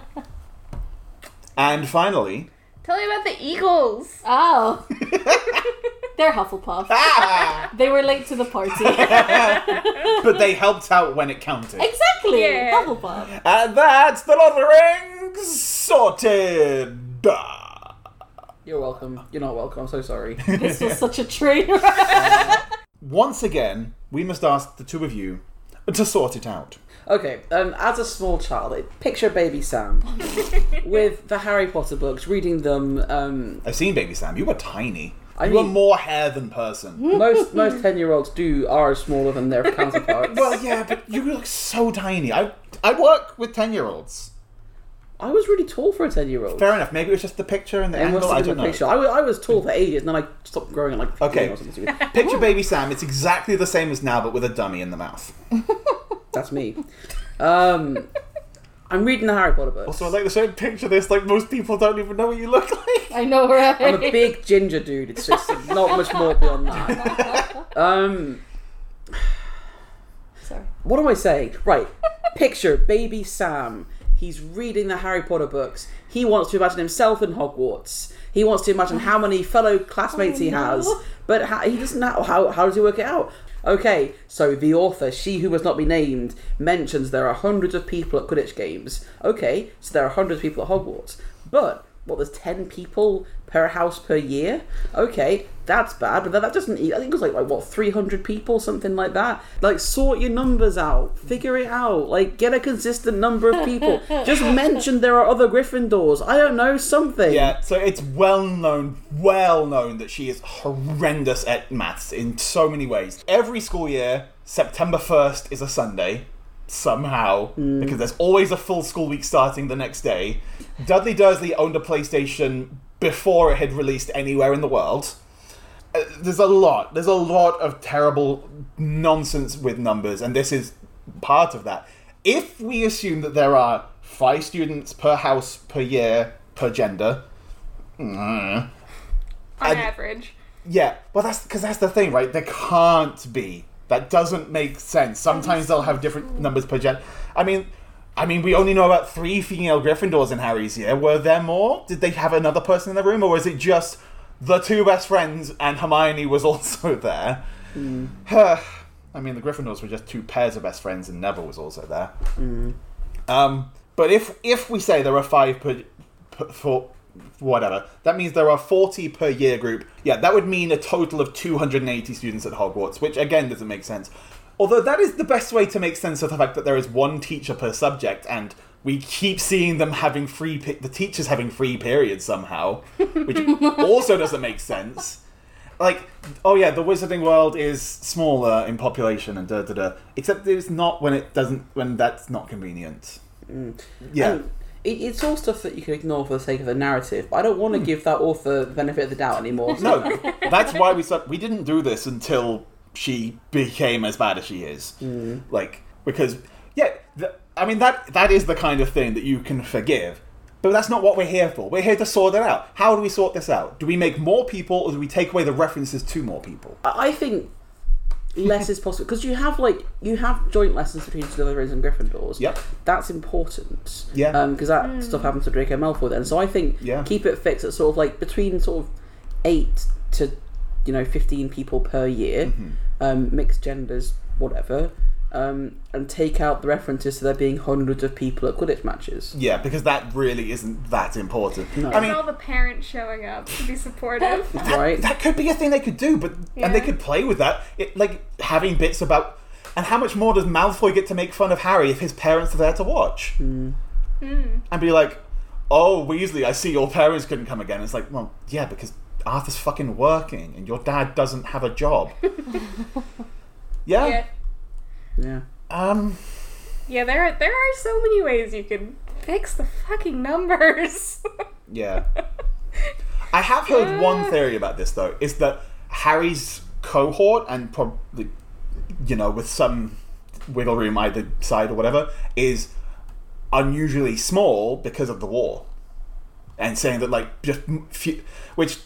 Speaker 1: and finally,
Speaker 4: Tell me about the Eagles.
Speaker 2: Oh. They're Hufflepuff.
Speaker 1: ah!
Speaker 2: They were late to the party.
Speaker 1: but they helped out when it counted.
Speaker 2: exactly.
Speaker 4: Yeah.
Speaker 2: Hufflepuff.
Speaker 1: And that's the Lord of the Rings sorted.
Speaker 3: You're welcome. You're not welcome. I'm so sorry.
Speaker 2: This was such a train wreck.
Speaker 1: Once again, we must ask the two of you to sort it out.
Speaker 3: Okay, um, as a small child, like, picture baby Sam with the Harry Potter books, reading them. Um,
Speaker 1: I've seen Baby Sam. You were tiny.
Speaker 3: I
Speaker 1: you were
Speaker 3: mean-
Speaker 1: more hair than person.
Speaker 3: most most ten year olds do are smaller than their counterparts.
Speaker 1: well, yeah, but you look so tiny. I I work with ten year olds.
Speaker 3: I was really tall for a ten year old.
Speaker 1: Fair enough. Maybe it was just the picture and the
Speaker 3: I
Speaker 1: angle.
Speaker 3: must
Speaker 1: I
Speaker 3: have been
Speaker 1: don't
Speaker 3: the
Speaker 1: know.
Speaker 3: picture. I was, I was tall for ages, and then I stopped growing at like 15
Speaker 1: Okay.
Speaker 3: or something stupid.
Speaker 1: Picture Baby Sam. It's exactly the same as now, but with a dummy in the mouth.
Speaker 3: That's me. Um, I'm reading the Harry Potter books.
Speaker 1: Also, I like the same picture. This like most people don't even know what you look like.
Speaker 2: I know, right?
Speaker 3: I'm a big ginger dude. It's just not much more beyond that. Um,
Speaker 2: Sorry.
Speaker 3: what am I saying? Right. Picture baby Sam. He's reading the Harry Potter books. He wants to imagine himself in Hogwarts. He wants to imagine how many fellow classmates he has, but how, he doesn't know how. How does he work it out? Okay, so the author, she who must not be named, mentions there are hundreds of people at Quidditch games. Okay, so there are hundreds of people at Hogwarts, but what there's 10 people per house per year okay that's bad but that, that doesn't e- i think it was like, like what 300 people something like that like sort your numbers out figure it out like get a consistent number of people just mention there are other gryffindors i don't know something
Speaker 1: Yeah, so it's well known, well known that she is horrendous at maths in so many ways. Every school year, September 1st is a Sunday, somehow, because there's always a full school week starting the next day. Dudley Dursley owned a PlayStation before it had released anywhere in the world. Uh, there's a lot. There's a lot of terrible nonsense with numbers, and this is part of that. If we assume that there are five students per house per year per gender, mm,
Speaker 4: on
Speaker 1: And-
Speaker 4: average.
Speaker 1: yeah, well, that's because that's the thing, right? There can't be. That doesn't make sense. Sometimes they'll have different numbers per gen. I mean, I mean, we only know about three female Gryffindors in Harry's year. Were there more? Did they have another person in the room, or was it just the two best friends and Hermione was also there? I mean, the Gryffindors were just two pairs of best friends, and Neville was also there. Um, but if if we say there are five per, per for whatever, that means there are forty per year group. Yeah, that would mean a total of two hundred and eighty students at Hogwarts, which again doesn't make sense. Although that is the best way to make sense of the fact that there is one teacher per subject, and we keep seeing them having free pe- the teachers having free periods somehow, which also doesn't make sense like oh yeah the wizarding world is smaller in population and da da da except it's not when it doesn't when that's not convenient yeah
Speaker 3: Mm. And it, it's all stuff that you can ignore for the sake of the narrative. But I don't want to give that author the benefit of the doubt anymore. so-
Speaker 1: no that's why we said we didn't do this until she became as bad as she is
Speaker 3: Mm.
Speaker 1: like because yeah th- i mean that that is the kind of thing that you can forgive but that's not what we're here for we're here to sort it out how do we sort this out do we make more people or do we take away the references to more people
Speaker 3: I I think less is possible because you have like you have joint lessons between Slytherins and Gryffindors.
Speaker 1: Yep.
Speaker 3: that's important.
Speaker 1: Yeah.
Speaker 3: because that
Speaker 2: Hmm.
Speaker 3: stuff happens to Draco Malfoy then. So I think
Speaker 1: Yeah.
Speaker 3: keep it fixed at sort of like between sort of eight to you know fifteen people per year,
Speaker 1: Mm-hmm.
Speaker 3: um, mixed genders, whatever. Um, and take out the references to there being hundreds of people at Quidditch matches.
Speaker 1: yeah because that really isn't that important
Speaker 3: No.
Speaker 1: i
Speaker 4: And
Speaker 1: mean
Speaker 4: all the parents showing up to be supportive.
Speaker 3: Right?
Speaker 1: that could be a thing they could do, but and they
Speaker 4: Yeah.
Speaker 1: could play with that, it, like having bits about. And how much more does Malfoy get to make fun of Harry if his parents are there to watch?
Speaker 4: Hmm.
Speaker 1: And be like, "Oh, Weasley, I see your parents couldn't come again." It's like, well, yeah, because Arthur's fucking working, and your dad doesn't have a job. yeah.
Speaker 4: yeah.
Speaker 3: yeah.
Speaker 1: Um.
Speaker 4: Yeah, there are, there are so many ways you can fix the fucking numbers.
Speaker 1: Yeah. I have heard one theory about this though, is that Harry's cohort and probably you know, with some wiggle room either side or whatever, is unusually small because of the war. And saying that like just m- few, which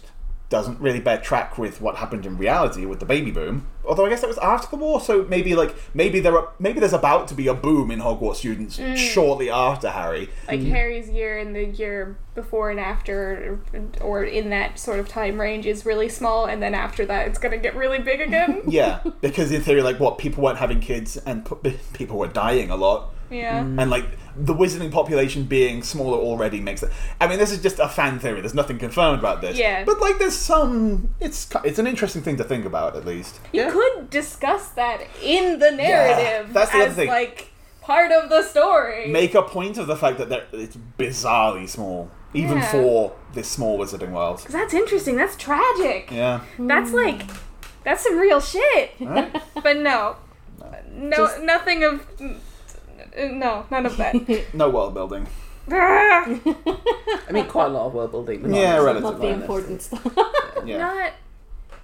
Speaker 1: doesn't really bear track with what happened in reality with the baby boom. Although I guess that was after the war, so maybe like maybe there are maybe there's about to be a boom in Hogwarts students shortly after Harry.
Speaker 4: like Harry's year and the year before and after, or in that sort of time range, is really small, and then after that, it's gonna get really big again.
Speaker 1: Yeah, because in theory, like, what people weren't having kids and p- people were dying a lot,
Speaker 4: yeah.
Speaker 1: and like the wizarding population being smaller already makes it. I mean, this is just a fan theory. There's nothing confirmed about this.
Speaker 4: Yeah.
Speaker 1: but like, there's some. It's ki- it's an interesting thing to think about, at least.
Speaker 4: You
Speaker 3: Yeah.
Speaker 4: could discuss that in the narrative
Speaker 1: Mm-hmm. that's the other
Speaker 4: as
Speaker 1: thing.
Speaker 4: like part of the story.
Speaker 1: Make a point of the fact that they're- it's bizarrely small, even
Speaker 4: Yeah.
Speaker 1: for this small wizarding world.
Speaker 4: 'Cause that's interesting. That's tragic.
Speaker 1: Yeah,
Speaker 4: That's like that's some real shit.
Speaker 1: Right?
Speaker 4: But no, no,
Speaker 2: Just-
Speaker 4: nothing of no, none of that.
Speaker 1: no world building.
Speaker 4: Ah.
Speaker 3: I mean, quite a lot of world building. but not-
Speaker 1: Yeah,
Speaker 2: Not the
Speaker 1: relatively.
Speaker 2: important stuff.
Speaker 1: Yeah.
Speaker 4: not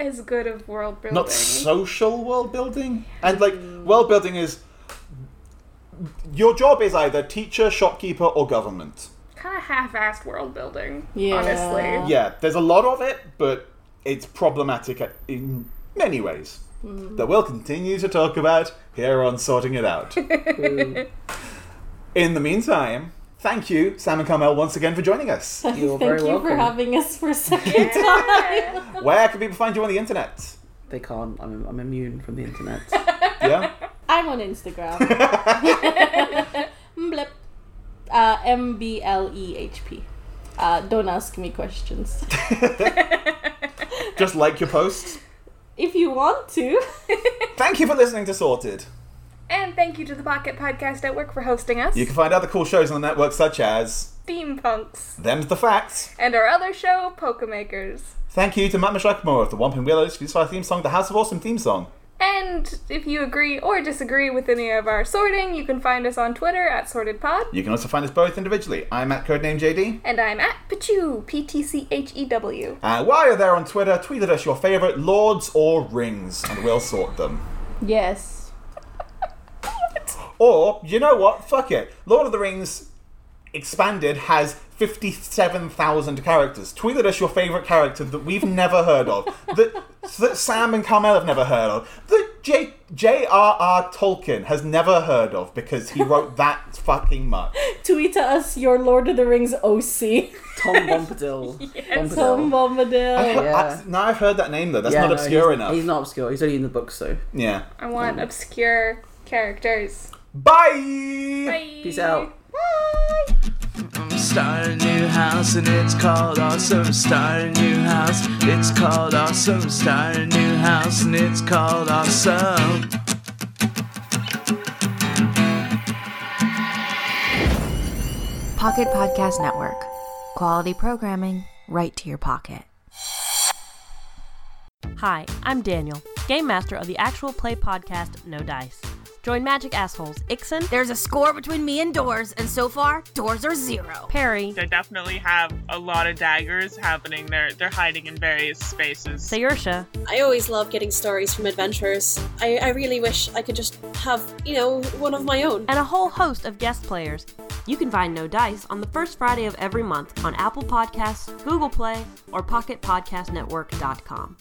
Speaker 4: as good of world building.
Speaker 1: not social world building and like world building is your job is either teacher shopkeeper or government
Speaker 4: kind of half-assed world building.
Speaker 2: Yeah.
Speaker 4: honestly.
Speaker 1: yeah there's a lot of it but it's problematic at- in many ways that we'll continue to talk about here on sorting it out in the meantime thank you sam and carmel once again for joining us
Speaker 2: Thank you
Speaker 3: You're very
Speaker 2: for
Speaker 3: welcome.
Speaker 2: having us for a second time.
Speaker 4: Yeah.
Speaker 1: where can people find you on the internet
Speaker 3: They can't. I'm, I'm immune from the internet.
Speaker 1: yeah
Speaker 2: I'm on Instagram. Mblep. Uh, M B L E H P. Uh, don't ask me questions.
Speaker 1: just like your posts
Speaker 2: if you want to.
Speaker 1: thank you for listening to sorted
Speaker 4: and thank you to the Pocket Podcast Network for hosting us.
Speaker 1: you can find other cool shows on the network such as
Speaker 4: Steampunks
Speaker 1: them's the facts
Speaker 4: and our other show, Pokemakers.
Speaker 1: Thank you to Matt Mashakmore of the Wampin Willows for his theme song, the House of Awesome theme song.
Speaker 4: And if you agree or disagree with any of our sorting, you can find us on Twitter at SortedPod.
Speaker 1: You can also find us both individually. I'm at Codename JD.
Speaker 4: And I'm at Pachew, P T C H E W.
Speaker 1: Uh, while you're there on Twitter, tweet at us your favourite lords or rings, and we'll sort them.
Speaker 2: Yes.
Speaker 1: Or, you know what? Fuck it. Lord of the Rings Expanded has 57,000 characters. Tweet at us your favourite character that we've never heard of, that, that Sam and Carmel have never heard of, that J- J.R.R. Tolkien has never heard of because he wrote that fucking much.
Speaker 2: Tweet at us your Lord of the Rings OC.
Speaker 3: Tom Bombadil. Bombadil.
Speaker 2: Tom Bombadil.
Speaker 3: Oh, Yeah.
Speaker 1: I- now I've heard that name though, that's
Speaker 3: Yeah,
Speaker 1: not
Speaker 3: no,
Speaker 1: obscure
Speaker 3: he's-
Speaker 1: enough.
Speaker 3: He's not obscure. He's only in the books, though.
Speaker 1: Yeah.
Speaker 4: I want obscure characters.
Speaker 1: Bye!
Speaker 4: Bye.
Speaker 3: Peace out.
Speaker 4: Bye.
Speaker 5: I'm starting a new house and it's called awesome. Starting a new house, it's called awesome. Starting a new house and it's called awesome.
Speaker 6: Pocket Podcast Network. Quality programming right to your pocket.
Speaker 7: Hi, I'm Daniel, game master of the actual play podcast No Dice. Join Magic Assholes Ixen,
Speaker 6: There's a score between me and Doors, and so far, Doors are zero.
Speaker 7: Perry,
Speaker 8: They definitely have a lot of daggers happening. They're they're hiding in various spaces.
Speaker 7: Sayersha,
Speaker 9: I always love getting stories from adventurers. I, I really wish I could just have, you know, one of my own.
Speaker 7: and a whole host of guest players. You can find No Dice on the first Friday of every month on Apple Podcasts, Google Play, or PocketPodcastNetwork.com.